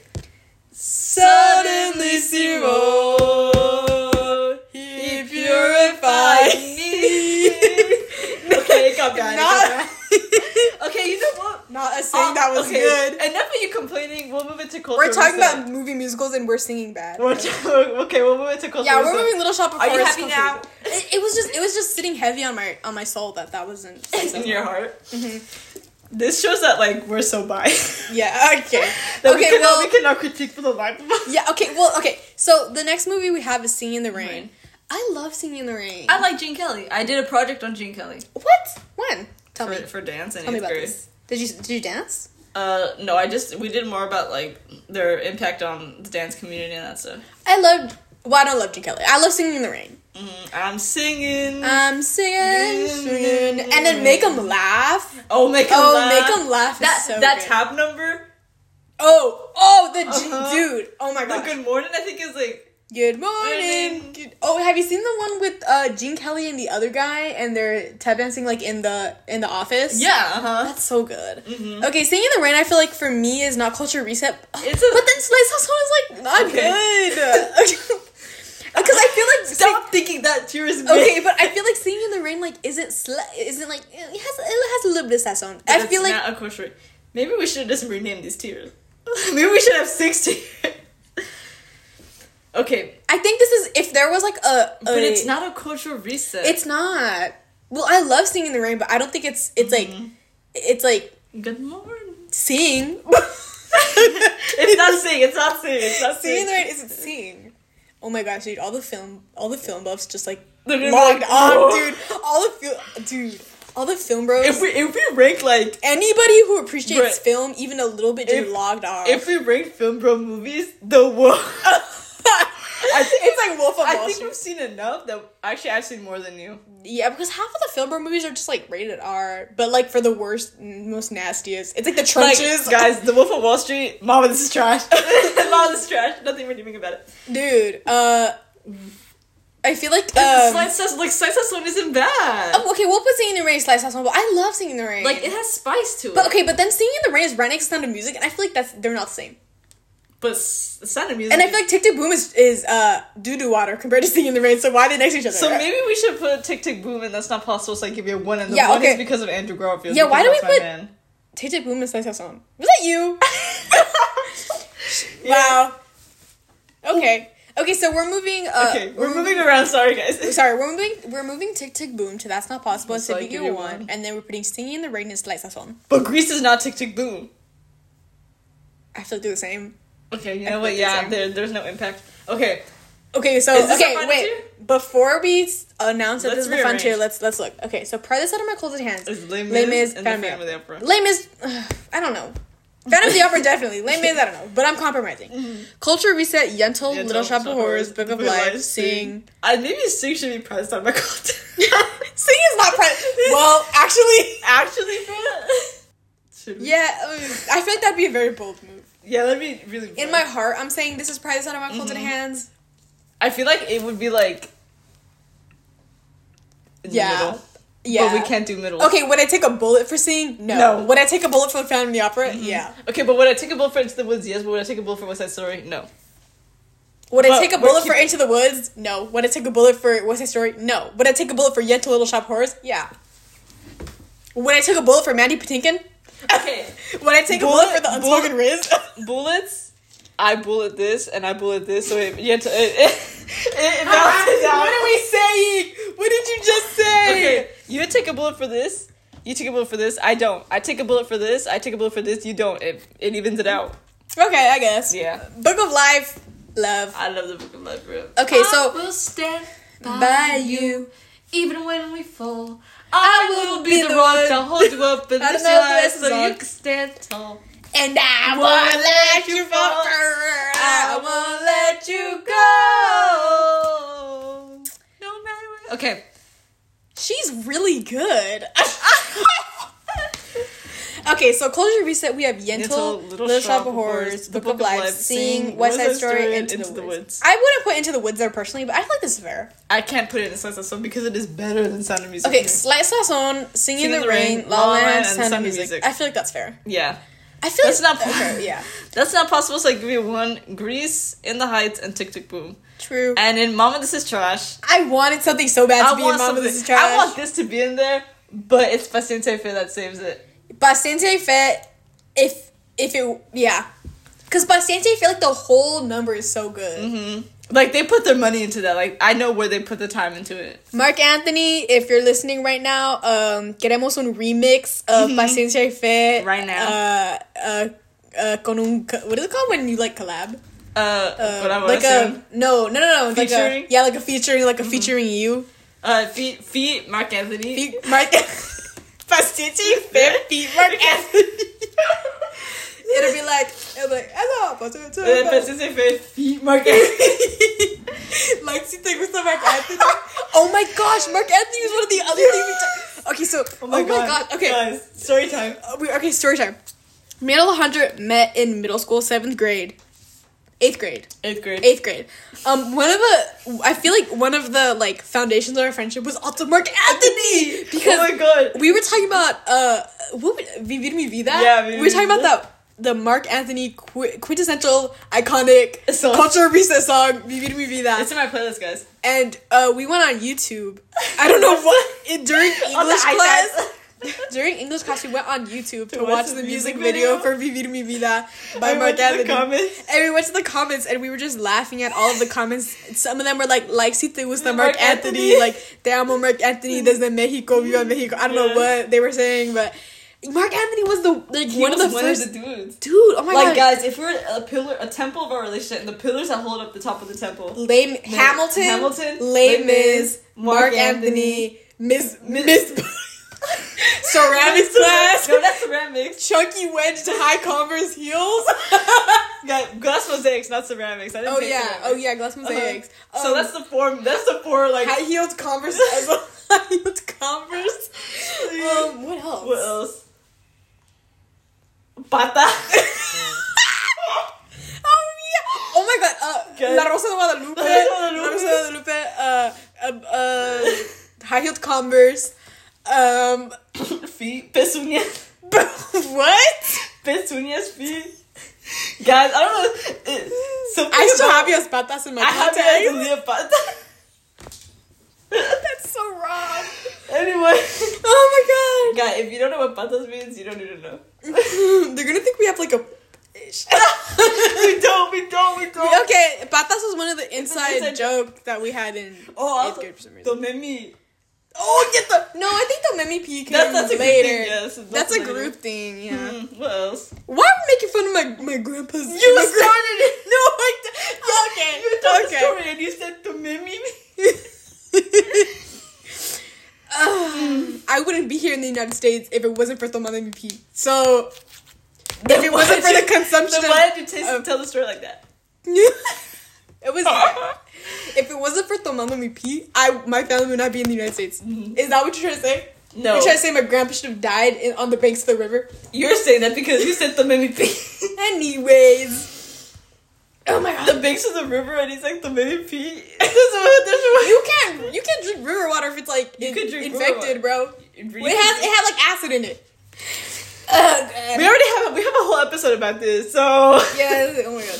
[SPEAKER 1] Seymour,
[SPEAKER 2] he purified
[SPEAKER 1] me. okay, it got bad. it got
[SPEAKER 2] Not,
[SPEAKER 1] bad. Okay, you know what?
[SPEAKER 2] not us saying
[SPEAKER 1] Um,
[SPEAKER 2] that was
[SPEAKER 1] okay,
[SPEAKER 2] good.
[SPEAKER 1] Enough of you complaining. We'll move into culture.
[SPEAKER 2] We're talking
[SPEAKER 1] reset.
[SPEAKER 2] about movie musicals and we're singing bad.
[SPEAKER 1] We're ta- okay, we'll move into culture.
[SPEAKER 2] yeah, we're
[SPEAKER 1] reset.
[SPEAKER 2] moving Little Shop of
[SPEAKER 1] Are you
[SPEAKER 2] Horrors
[SPEAKER 1] happy
[SPEAKER 2] completely.
[SPEAKER 1] now?
[SPEAKER 2] It, it was just it was just sitting heavy on my on my soul that that wasn't
[SPEAKER 1] It's in your heart. Mm-hmm. This shows that like we're so biased
[SPEAKER 2] Yeah. Okay.
[SPEAKER 1] that we
[SPEAKER 2] okay.
[SPEAKER 1] cannot
[SPEAKER 2] well.
[SPEAKER 1] we cannot critique for the life of us.
[SPEAKER 2] yeah. Okay. Well. Okay. So the next movie we have is Singing in the Rain. I love Singing in the Rain.
[SPEAKER 1] I like Gene Kelly. I did a project on Gene Kelly
[SPEAKER 2] what? When? Tell
[SPEAKER 1] for,
[SPEAKER 2] me.
[SPEAKER 1] for dance in
[SPEAKER 2] Tell me
[SPEAKER 1] eighth
[SPEAKER 2] about
[SPEAKER 1] grade.
[SPEAKER 2] this. Did you did you dance?
[SPEAKER 1] Uh, no, I just we did more about like their impact on the dance community and that stuff.
[SPEAKER 2] I loved. Well, I don't love Gene Kelly. I love Singing in the Rain.
[SPEAKER 1] Mm, I'm singing.
[SPEAKER 2] I'm singing, singing, and then make them laugh.
[SPEAKER 1] oh, Mm-hmm. make 'em
[SPEAKER 2] Oh,
[SPEAKER 1] laugh.
[SPEAKER 2] make them laugh.
[SPEAKER 1] That
[SPEAKER 2] is so
[SPEAKER 1] that
[SPEAKER 2] good.
[SPEAKER 1] tab number,
[SPEAKER 2] Oh, oh, the G-
[SPEAKER 1] Uh-huh.
[SPEAKER 2] dude. Oh my
[SPEAKER 1] the
[SPEAKER 2] god.
[SPEAKER 1] good morning. I think is like
[SPEAKER 2] Good morning.
[SPEAKER 1] Morning.
[SPEAKER 2] Good- Oh, have you seen the one with uh Gene Kelly and the other guy and they're tap dancing like in the in the office?
[SPEAKER 1] yeah, uh-huh.
[SPEAKER 2] That's so good. Okay, singing in the rain, I feel like for me is not culture reset.
[SPEAKER 1] Mm-hmm. It's a-
[SPEAKER 2] but then Slice House Home is like not
[SPEAKER 1] Okay.
[SPEAKER 2] good. Because I feel like
[SPEAKER 1] Stop thinking that cheer is big.
[SPEAKER 2] Okay, but I feel like singing in the rain like isn't sli- isn't like it has it has a little bit of sazon. I
[SPEAKER 1] That's
[SPEAKER 2] feel like
[SPEAKER 1] not a culture. Maybe we should just rename these tiers. Maybe we should have six tiers. okay,
[SPEAKER 2] I think this is if there was like a,
[SPEAKER 1] but
[SPEAKER 2] a-
[SPEAKER 1] it's not a cultural reset.
[SPEAKER 2] it's not. Well, I love singing in the rain, but I don't think it's it's
[SPEAKER 1] Mm-hmm.
[SPEAKER 2] like it's like
[SPEAKER 1] good morning.
[SPEAKER 2] sing.
[SPEAKER 1] It's not sing. It's not sing. It's not
[SPEAKER 2] Singing in
[SPEAKER 1] sing.
[SPEAKER 2] the rain isn't sing. Oh my gosh, dude! All the film, all the film buffs just like
[SPEAKER 1] They're gonna be
[SPEAKER 2] logged
[SPEAKER 1] like,
[SPEAKER 2] on,
[SPEAKER 1] "Oh."
[SPEAKER 2] dude. All the film, dude. All the film bros.
[SPEAKER 1] If we if we rank like
[SPEAKER 2] anybody who appreciates
[SPEAKER 1] Right.
[SPEAKER 2] film even a little bit just
[SPEAKER 1] If-
[SPEAKER 2] logged off.
[SPEAKER 1] If we rank film bro movies, the wolf. I think-
[SPEAKER 2] it's like Wolf of
[SPEAKER 1] I
[SPEAKER 2] Wall
[SPEAKER 1] think
[SPEAKER 2] Street.
[SPEAKER 1] we've seen enough that actually I've seen more than you.
[SPEAKER 2] Yeah, because half of the film bro movies are just like rated R, but like for the worst, n- most nastiest. It's like the
[SPEAKER 1] Like,
[SPEAKER 2] trenches,
[SPEAKER 1] guys, the Wolf of Wall Street, Mama, this is trash. Mama, this is trash. Nothing we're doing about it.
[SPEAKER 2] dude. Uh, I feel like um,
[SPEAKER 1] Slice House, like Slice House one isn't bad.
[SPEAKER 2] oh, okay, we'll put singing in the rain, slice house one, but I love singing in the rain.
[SPEAKER 1] Like it has spice to it.
[SPEAKER 2] but okay, but then singing in the rain is right next to Sound of Music, and I feel like that's they're not the same.
[SPEAKER 1] But s- the sound of music.
[SPEAKER 2] And I feel like Tick Tick Boom is is uh doo doo water compared to singing in the rain, so why are they next to each other?
[SPEAKER 1] so maybe we should put Tick Tick Boom, and that's not possible. So I give you a one, and the
[SPEAKER 2] Yeah,
[SPEAKER 1] one
[SPEAKER 2] okay.
[SPEAKER 1] is because of Andrew Garfield.
[SPEAKER 2] Yeah, why
[SPEAKER 1] because
[SPEAKER 2] do we
[SPEAKER 1] that's my man.
[SPEAKER 2] put- JJ Bloom is nice house on. Was that you? Wow. Okay. Okay, so we're moving uh
[SPEAKER 1] Okay, we're moving around. Sorry, guys.
[SPEAKER 2] sorry, we're moving we're moving Tick Tick Boom to That's Not Possible and
[SPEAKER 1] So I
[SPEAKER 2] Sipping
[SPEAKER 1] give
[SPEAKER 2] You
[SPEAKER 1] you
[SPEAKER 2] One,
[SPEAKER 1] one.
[SPEAKER 2] and then we're putting Singing in the Rain is Lights Us On.
[SPEAKER 1] But Greece is not Tick Tick Boom.
[SPEAKER 2] I have to do the same.
[SPEAKER 1] Okay, you know
[SPEAKER 2] I
[SPEAKER 1] what?
[SPEAKER 2] think
[SPEAKER 1] Yeah,
[SPEAKER 2] so.
[SPEAKER 1] there, there's no impact. Okay,
[SPEAKER 2] Okay, so
[SPEAKER 1] Is this
[SPEAKER 2] okay,
[SPEAKER 1] our final
[SPEAKER 2] wait.
[SPEAKER 1] tier?
[SPEAKER 2] Before we s- announce that
[SPEAKER 1] Let's
[SPEAKER 2] this is the fun
[SPEAKER 1] rearrange.
[SPEAKER 2] tier, let's let's look. Okay, so Paradise Out of My Closet Hands.
[SPEAKER 1] It's Les Mis and the Phantom of the Opera.
[SPEAKER 2] Lame is I don't know. Phantom of the Opera definitely. Lame is I don't know, but I'm compromising.
[SPEAKER 1] Mm-hmm.
[SPEAKER 2] Culture Reset, Yentl,
[SPEAKER 1] Yeah,
[SPEAKER 2] Little
[SPEAKER 1] Tales
[SPEAKER 2] Shop of Horrors, Book of Life, Sing.
[SPEAKER 1] I maybe Sing should be pressed on my content.
[SPEAKER 2] Sing is not pre- Well, actually,
[SPEAKER 1] Actually, bro.
[SPEAKER 2] yeah, um, I feel like that'd be a very bold move.
[SPEAKER 1] Yeah, Mm-hmm. that'd be really.
[SPEAKER 2] In my heart, I'm saying this is Paradise Out of My Closet Hands.
[SPEAKER 1] I feel like it would be like. in the
[SPEAKER 2] Yeah.
[SPEAKER 1] middle.
[SPEAKER 2] Yeah.
[SPEAKER 1] But we can't do middle.
[SPEAKER 2] Okay, would I take a bullet for Sing? No.
[SPEAKER 1] No. Mm-hmm.
[SPEAKER 2] Would I take a bullet for Phantom of the Opera? Yeah.
[SPEAKER 1] Okay, but would I take a bullet for Into the Woods? Yes, but would I take a bullet for West Side Story? No.
[SPEAKER 2] Would I
[SPEAKER 1] But
[SPEAKER 2] take a
[SPEAKER 1] we're
[SPEAKER 2] bullet for
[SPEAKER 1] keep-
[SPEAKER 2] Into the Woods? No. Would I take a bullet for West Side Story? No. Would I take a bullet for Yentl Little Shop Horrors? Yeah. Would I take a bullet for Mandy Patinkin?
[SPEAKER 1] Okay.
[SPEAKER 2] Would I take a bullet
[SPEAKER 1] Bullet-
[SPEAKER 2] for the Unspoken Riz?
[SPEAKER 1] Bullets. I bullet this and I bullet this, so it yeah, it, it, it balances out.
[SPEAKER 2] what are we saying? What did you just say?
[SPEAKER 1] Okay, you take a bullet for this. You take a bullet for this. I don't. I take a bullet for this. I take a bullet for this. You don't. It it evens it out.
[SPEAKER 2] Okay, I guess.
[SPEAKER 1] Yeah.
[SPEAKER 2] Book of Life, love.
[SPEAKER 1] I love the book of life, bro.
[SPEAKER 2] Okay,
[SPEAKER 3] I
[SPEAKER 2] so
[SPEAKER 3] will stand by,
[SPEAKER 2] by
[SPEAKER 3] you, even when we fall.
[SPEAKER 2] I
[SPEAKER 3] I,
[SPEAKER 2] will
[SPEAKER 3] will,
[SPEAKER 2] be
[SPEAKER 3] be
[SPEAKER 2] the
[SPEAKER 3] the rock to
[SPEAKER 2] one-
[SPEAKER 3] hold you up in
[SPEAKER 2] I
[SPEAKER 3] this
[SPEAKER 2] don't know
[SPEAKER 3] life
[SPEAKER 2] this
[SPEAKER 3] so you
[SPEAKER 2] song.
[SPEAKER 3] can stand tall.
[SPEAKER 2] and I won't let you fall.
[SPEAKER 3] I won't let you go. No matter what.
[SPEAKER 1] Okay.
[SPEAKER 2] She's really good. okay, so Culture Reset, we have Yentl,
[SPEAKER 1] Yentl,
[SPEAKER 2] Little, Shop of Horrors, Book of Life, Sing, West Side Story, Into, the, woods. I wouldn't put Into the Woods there personally, but I feel like this is fair.
[SPEAKER 1] I can't put it in Slice of Song because it is better than Sound of Music.
[SPEAKER 2] Okay,
[SPEAKER 1] to me.
[SPEAKER 2] Slice Us On, Sing in
[SPEAKER 1] Sing
[SPEAKER 2] the, Rain, La La Land, Sound of
[SPEAKER 1] Sound of
[SPEAKER 2] Music.
[SPEAKER 1] Music.
[SPEAKER 2] I feel like that's fair.
[SPEAKER 1] Yeah.
[SPEAKER 2] I feel
[SPEAKER 1] That's
[SPEAKER 2] like
[SPEAKER 1] not-
[SPEAKER 2] okay, yeah.
[SPEAKER 1] That's not possible, so I give you one Grease, In the Heights, and Tick Tick Boom.
[SPEAKER 2] True.
[SPEAKER 1] And in Mama This Is Trash,
[SPEAKER 2] I wanted something so bad to
[SPEAKER 1] I
[SPEAKER 2] be in
[SPEAKER 1] want,
[SPEAKER 2] Mama
[SPEAKER 1] something,
[SPEAKER 2] This Is Trash.
[SPEAKER 1] I want this to be in there, but it's Paciente Fe that saves it.
[SPEAKER 2] Bastante Fe, if if it yeah, because Bastante Fe like the whole number is so good.
[SPEAKER 1] Like, they put their money into that. Like, I know where they put the time into it.
[SPEAKER 2] Mark Anthony, if you're listening right now, um, queremos un remix of Paciencia y Fe.
[SPEAKER 1] Right
[SPEAKER 2] Uh, uh, uh, con un, co- what is it called when you like collab?
[SPEAKER 1] Uh, um,
[SPEAKER 2] Uh,
[SPEAKER 1] but I want
[SPEAKER 2] like
[SPEAKER 1] to
[SPEAKER 2] a,
[SPEAKER 1] say.
[SPEAKER 2] no, no, no, no. Like a,
[SPEAKER 1] Featuring?
[SPEAKER 2] yeah, like a featuring, like a featuring you.
[SPEAKER 1] Uh, feet, feet, Mark Anthony.
[SPEAKER 2] Fe- Mark, Paciencia y Fe, feat Mark Anthony. It'll be like, it'll be like, hello, Paciencia y
[SPEAKER 1] Uh,
[SPEAKER 2] Fe.
[SPEAKER 1] Paciente Fe, feet, Mark Anthony.
[SPEAKER 2] like si te gusta Mark Anthony. oh my gosh, Mark Anthony is one of the other things. We ta- okay, so oh my, god. Okay,
[SPEAKER 1] Guys, story time.
[SPEAKER 2] uh, we, okay. Story time. Me and Alejandra met in middle school, seventh grade, eighth grade,
[SPEAKER 1] Eighth grade.
[SPEAKER 2] eighth grade. Um, one of the I feel like one of the like foundations of our friendship was also Mark Anthony
[SPEAKER 1] Oh
[SPEAKER 2] because
[SPEAKER 1] my god.
[SPEAKER 2] we were talking about uh what would, Vivir mi vida.
[SPEAKER 1] Yeah,
[SPEAKER 2] we
[SPEAKER 1] Vivir
[SPEAKER 2] were talking
[SPEAKER 1] mi
[SPEAKER 2] about
[SPEAKER 1] vida.
[SPEAKER 2] that the Mark Anthony qui- quintessential iconic
[SPEAKER 1] Song.
[SPEAKER 2] culture reset song Vivir mi vida
[SPEAKER 1] It's in my playlist, guys.
[SPEAKER 2] and uh, we went on YouTube. I don't know what it, during
[SPEAKER 1] On the
[SPEAKER 2] English
[SPEAKER 1] iPad.
[SPEAKER 2] class. During English class, we went on YouTube to, watch the music video, for "Vivi to Mi Vida" by
[SPEAKER 1] I went
[SPEAKER 2] Mark
[SPEAKER 1] to the
[SPEAKER 2] Anthony.
[SPEAKER 1] comments.
[SPEAKER 2] and we went to the comments, and we were just laughing at all of the comments. Some of them were like, "Like si te gusta Mark,
[SPEAKER 1] Marc
[SPEAKER 2] Anthony.
[SPEAKER 1] Anthony.
[SPEAKER 2] like "Te amo Mark Anthony desde Mexico, viva Mexico." I don't know
[SPEAKER 1] Yeah.
[SPEAKER 2] what they were saying, but Mark Anthony was the like
[SPEAKER 1] He
[SPEAKER 2] one of
[SPEAKER 1] was
[SPEAKER 2] the first
[SPEAKER 1] the dudes.
[SPEAKER 2] dude. Oh my
[SPEAKER 1] like
[SPEAKER 2] god,
[SPEAKER 1] guys, if we're a pillar, a temple of our relationship, and the pillars that hold up the top of the temple,
[SPEAKER 2] Lame Hamilton,
[SPEAKER 1] uh, Hamilton, Les
[SPEAKER 2] Les Mis,
[SPEAKER 1] Mis,
[SPEAKER 2] Mark,
[SPEAKER 1] Mark
[SPEAKER 2] Anthony, Miss
[SPEAKER 1] Mi-
[SPEAKER 2] Miss Ceramics class,
[SPEAKER 1] No, that's ceramics.
[SPEAKER 2] Chunky Wedge to High Converse heels.
[SPEAKER 1] Yeah, glass mosaics, not ceramics. I didn't
[SPEAKER 2] oh
[SPEAKER 1] say
[SPEAKER 2] yeah,
[SPEAKER 1] ceramics.
[SPEAKER 2] oh yeah, glass
[SPEAKER 1] Uh-huh.
[SPEAKER 2] mosaics.
[SPEAKER 1] so that's the four. That's the four. Like
[SPEAKER 2] Um, high heeled Converse. high heeled Converse. Um, what else?
[SPEAKER 1] what else? Bata.
[SPEAKER 2] Oh yeah! Oh my god! Uh,
[SPEAKER 1] Guys.
[SPEAKER 2] La Rosa de Guadalupe.
[SPEAKER 1] La Rosa de Guadalupe.
[SPEAKER 2] La Rosa de Guadalupe. Uh, um, uh, high heeled Converse. Um,
[SPEAKER 1] feet. Pezuñas.
[SPEAKER 2] what?
[SPEAKER 1] Pezuñas feet. Guys, I don't know. It, something
[SPEAKER 2] I still
[SPEAKER 1] about-
[SPEAKER 2] have your patas in my
[SPEAKER 1] I have it
[SPEAKER 2] contacts.
[SPEAKER 1] as a Leopata.
[SPEAKER 2] That's so wrong.
[SPEAKER 1] anyway.
[SPEAKER 2] Oh
[SPEAKER 1] God, if you don't know what patas means, you don't need to know.
[SPEAKER 2] They're gonna think we have like a.
[SPEAKER 1] we don't, we don't, we don't.
[SPEAKER 2] okay, patas was one of the inside,
[SPEAKER 1] inside
[SPEAKER 2] joke that we had in
[SPEAKER 1] Oh,
[SPEAKER 2] eighth
[SPEAKER 1] also,
[SPEAKER 2] grade for some reason.
[SPEAKER 1] Domemi. Oh, get the.
[SPEAKER 2] no, I think the Mimi P came
[SPEAKER 1] That's, that's a good
[SPEAKER 2] later.
[SPEAKER 1] thing, yes.
[SPEAKER 2] That's a
[SPEAKER 1] later.
[SPEAKER 2] group thing, yeah.
[SPEAKER 1] Mm, what else?
[SPEAKER 2] Why are we making fun of my my grandpa's? You
[SPEAKER 1] started it.
[SPEAKER 2] No, I d- okay.
[SPEAKER 1] You told
[SPEAKER 2] okay.
[SPEAKER 1] the story and you said Domemi.
[SPEAKER 2] Um, I wouldn't be here in the United States if it wasn't for Toma de mi pee. So, if it wasn't for the consumption
[SPEAKER 1] Then why did you taste,
[SPEAKER 2] of-
[SPEAKER 1] tell the story like that?
[SPEAKER 2] it was.
[SPEAKER 1] no,
[SPEAKER 2] if it wasn't for Toma de mi pee, I my family would not be in the United States.
[SPEAKER 1] Mm-hmm.
[SPEAKER 2] Is that what you're trying to say? You're trying to say my grandpa should have died in, on the banks of the river.
[SPEAKER 1] you're saying that because you said Domemi.
[SPEAKER 2] Anyways, oh my god,
[SPEAKER 1] the banks of the river and he's like the baby pee. There's a- there's a-
[SPEAKER 2] you can't you can't drink river water if it's like
[SPEAKER 1] You
[SPEAKER 2] in-
[SPEAKER 1] could drink river
[SPEAKER 2] infected, bro.
[SPEAKER 1] It
[SPEAKER 2] It has it had like acid in it. Oh god.
[SPEAKER 1] we already have we have a whole episode about this, so
[SPEAKER 2] Yeah. Oh my god.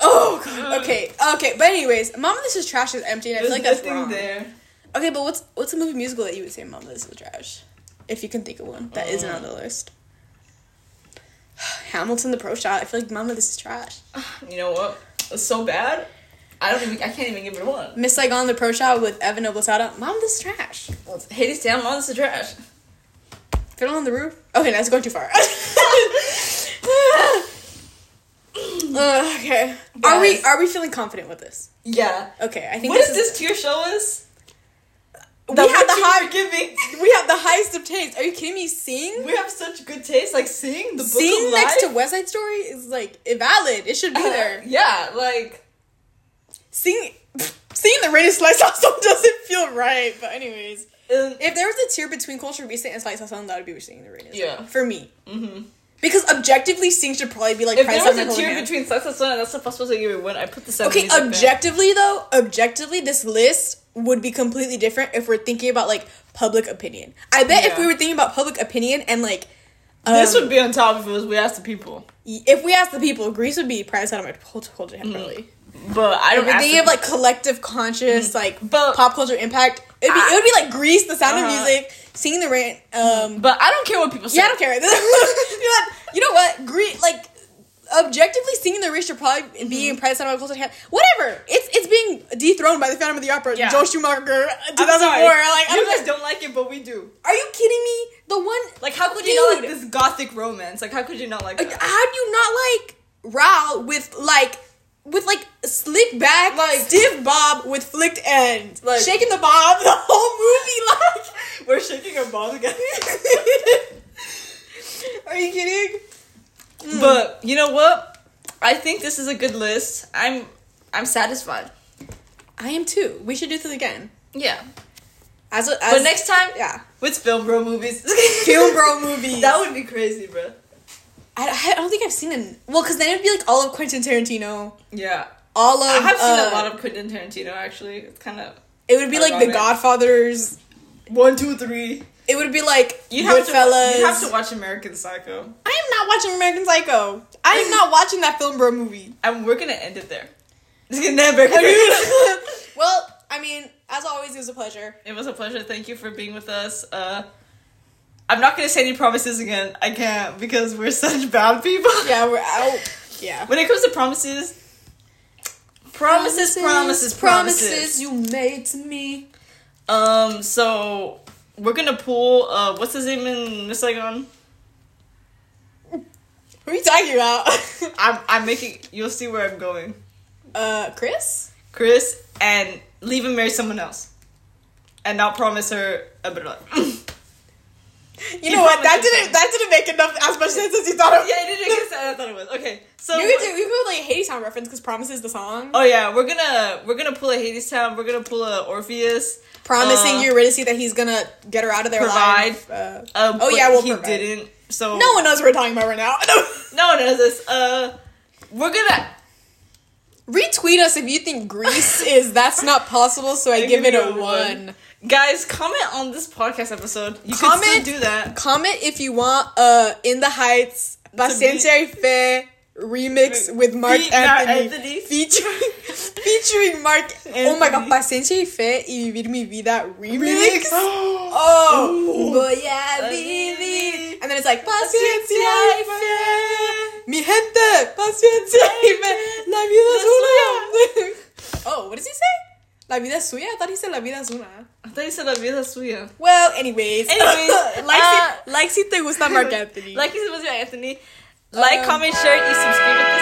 [SPEAKER 2] Oh god. Okay. Okay. But anyways, Mama, this is trash is empty, and I
[SPEAKER 1] There's
[SPEAKER 2] feel like that's
[SPEAKER 1] nothing
[SPEAKER 2] wrong.
[SPEAKER 1] there.
[SPEAKER 2] Okay, but what's what's a movie musical that you would say, Mama, this is trash, if you can think of one that not on the list. Hamilton, the pro shot. I feel like Mama, this is trash.
[SPEAKER 1] You know what? It's so bad. I don't even. I can't even give it one.
[SPEAKER 2] Miss Saigon, the pro shot with Evan Oblasada. Mama, this is trash.
[SPEAKER 1] Hades Town on the trash.
[SPEAKER 2] Fiddle on the Roof. Okay, that's going too far. Ugh, Uh, okay. Are we
[SPEAKER 1] Guys.
[SPEAKER 2] are we feeling confident with this?
[SPEAKER 1] Yeah.
[SPEAKER 2] Okay, I think
[SPEAKER 1] What
[SPEAKER 2] this
[SPEAKER 1] did
[SPEAKER 2] is-
[SPEAKER 1] this tier show us?
[SPEAKER 2] We
[SPEAKER 1] That
[SPEAKER 2] have the
[SPEAKER 1] what you
[SPEAKER 2] high-
[SPEAKER 1] were giving.
[SPEAKER 2] We have the highest of taste. Are you kidding me? Seeing
[SPEAKER 1] We have such good taste. Like seeing the book
[SPEAKER 2] seeing
[SPEAKER 1] of
[SPEAKER 2] next to
[SPEAKER 1] life.
[SPEAKER 2] West Side Story is like invalid. It should be
[SPEAKER 1] Uh,
[SPEAKER 2] there.
[SPEAKER 1] yeah, like
[SPEAKER 2] Seeing seeing the rated slice also doesn't feel right. But anyways,
[SPEAKER 1] um,
[SPEAKER 2] if there was a tier between Culture Beast and Slice Sazon, that would be seeing the rated. Slice.
[SPEAKER 1] Yeah.
[SPEAKER 2] for me. Mm-hmm. Because objectively, seeing should probably be like
[SPEAKER 1] if
[SPEAKER 2] price
[SPEAKER 1] there
[SPEAKER 2] up
[SPEAKER 1] was
[SPEAKER 2] and
[SPEAKER 1] a
[SPEAKER 2] holding
[SPEAKER 1] tier
[SPEAKER 2] hand.
[SPEAKER 1] between Sex and Son and that's the first person I give it one, I put the seven.
[SPEAKER 2] Okay, objectively though, objectively, this list would be completely different if we're thinking about like public opinion. I bet if
[SPEAKER 1] Yeah.
[SPEAKER 2] we were thinking about public opinion and like
[SPEAKER 1] This
[SPEAKER 2] um,
[SPEAKER 1] would be on top if it was we asked the people,
[SPEAKER 2] if we ask the people, Greece would be prize out of my hold hold your hand probably.
[SPEAKER 1] but I Mm-hmm. don't.
[SPEAKER 2] If
[SPEAKER 1] ask
[SPEAKER 2] they
[SPEAKER 1] the
[SPEAKER 2] have
[SPEAKER 1] people.
[SPEAKER 2] like collective conscious like
[SPEAKER 1] But-
[SPEAKER 2] pop culture impact, it'd be
[SPEAKER 1] Ah.
[SPEAKER 2] it would be like Greece, the sound
[SPEAKER 1] Uh-huh.
[SPEAKER 2] of music, singing the rain. Um,
[SPEAKER 1] But I don't care what people say.
[SPEAKER 2] yeah, I don't care. you know what? You know what? Greece like objectively singing the race should probably be
[SPEAKER 1] Mm-hmm.
[SPEAKER 2] in prize out of my culture hand. Whatever. It's it's being dethroned by the Phantom of the Opera,
[SPEAKER 1] Yeah.
[SPEAKER 2] Joe Schumacher, uh, two
[SPEAKER 1] I'm
[SPEAKER 2] thousand
[SPEAKER 1] sorry.
[SPEAKER 2] four. Like I'm
[SPEAKER 1] you guys
[SPEAKER 2] like,
[SPEAKER 1] don't like it, but we do.
[SPEAKER 2] are you kidding me? The one
[SPEAKER 1] Like, how could you not like
[SPEAKER 2] Dude.
[SPEAKER 1] this gothic romance? Like, how could you not like
[SPEAKER 2] Like,
[SPEAKER 1] that?
[SPEAKER 2] how do you not like Rao with like with like slick back, like stiff bob with flicked end,
[SPEAKER 1] Like-
[SPEAKER 2] shaking the bob the whole movie?
[SPEAKER 1] We're shaking our balls again. Hmm.
[SPEAKER 2] Like, are you kidding?
[SPEAKER 1] but you know what? I think this is a good list. I'm I'm satisfied.
[SPEAKER 2] I am too. We should do this again.
[SPEAKER 1] Yeah.
[SPEAKER 2] As a, as
[SPEAKER 1] But next time,
[SPEAKER 2] yeah,
[SPEAKER 1] with film bro movies,
[SPEAKER 2] film bro movies.
[SPEAKER 1] that would be crazy, bro.
[SPEAKER 2] I, I don't think I've seen an well, because then it'd be like all of Quentin Tarantino,
[SPEAKER 1] Yeah.
[SPEAKER 2] all of
[SPEAKER 1] I have seen
[SPEAKER 2] uh,
[SPEAKER 1] a lot of Quentin Tarantino actually. It's kind of
[SPEAKER 2] It would be like The
[SPEAKER 1] ironic.
[SPEAKER 2] Godfathers.
[SPEAKER 1] one, two, three.
[SPEAKER 2] It would be like
[SPEAKER 1] You have
[SPEAKER 2] Goodfellas.
[SPEAKER 1] to. You have to watch American Psycho,
[SPEAKER 2] I am not watching American Psycho. I am not watching that film bro movie.
[SPEAKER 1] and we're gonna end it there. Never. it
[SPEAKER 2] well, I mean, as always, it was a pleasure.
[SPEAKER 1] was a pleasure. Thank you for being with us. Uh, I'm not gonna say any promises again. I can't because we're such bad people.
[SPEAKER 2] Yeah, we're out. Yeah.
[SPEAKER 1] When it comes to promises, promises, promises, promises.
[SPEAKER 2] you made to me.
[SPEAKER 1] Um, so we're gonna pull. Uh, what's his name in Miss Saigon?
[SPEAKER 2] Who are you talking about?
[SPEAKER 1] I'm I'm making. You'll see where I'm going.
[SPEAKER 2] uh, Chris?
[SPEAKER 1] Chris and leave and marry someone else, and not promise her a better life.
[SPEAKER 2] You know what? That
[SPEAKER 1] promised
[SPEAKER 2] didn't
[SPEAKER 1] him.
[SPEAKER 2] that didn't make enough as much sense as you thought it.
[SPEAKER 1] Yeah, I didn't guess that. I thought it was okay. So,
[SPEAKER 2] You could do you could like Hades Town reference because Promise is the song.
[SPEAKER 1] oh yeah, we're gonna we're gonna pull a Hades Town. We're gonna pull a Orpheus.
[SPEAKER 2] Promising
[SPEAKER 1] uh,
[SPEAKER 2] Eurydice that he's gonna get her out of their life.
[SPEAKER 1] Provide.
[SPEAKER 2] Uh,
[SPEAKER 1] Um,
[SPEAKER 2] Oh,
[SPEAKER 1] but
[SPEAKER 2] yeah, we'll
[SPEAKER 1] he
[SPEAKER 2] provide.
[SPEAKER 1] didn't. So
[SPEAKER 2] no one knows what we're talking about right now.
[SPEAKER 1] no one knows this. Uh, we're gonna
[SPEAKER 2] Retweet us if you think Greece is that's not possible, so I, give, it a one.
[SPEAKER 1] Guys, comment on this podcast episode. You can
[SPEAKER 2] Comment-
[SPEAKER 1] still do that.
[SPEAKER 2] Comment if you want uh In the Heights by
[SPEAKER 1] To be-
[SPEAKER 2] Sensei Fe remix with Mark
[SPEAKER 1] Fe- Marc
[SPEAKER 2] Anthony,
[SPEAKER 1] Anthony.
[SPEAKER 2] featuring featuring Mark. Oh my god, paciencia y fe y vivir mi vida remix. Oh, voy a vivir. And then it's like paciencia y fe, mi gente, paciencia y fe, la vida es una. oh, what does he say? La vida es suya. I thought he said la vida es una.
[SPEAKER 1] I thought you said La Vida Suya.
[SPEAKER 2] Well, anyways,
[SPEAKER 1] Anyways,
[SPEAKER 2] like si-
[SPEAKER 1] uh,
[SPEAKER 2] like si te gusta Mark Anthony.
[SPEAKER 1] Like, it's Anthony. Like,
[SPEAKER 2] Um,
[SPEAKER 1] comment, share, and subscribe.
[SPEAKER 2] um,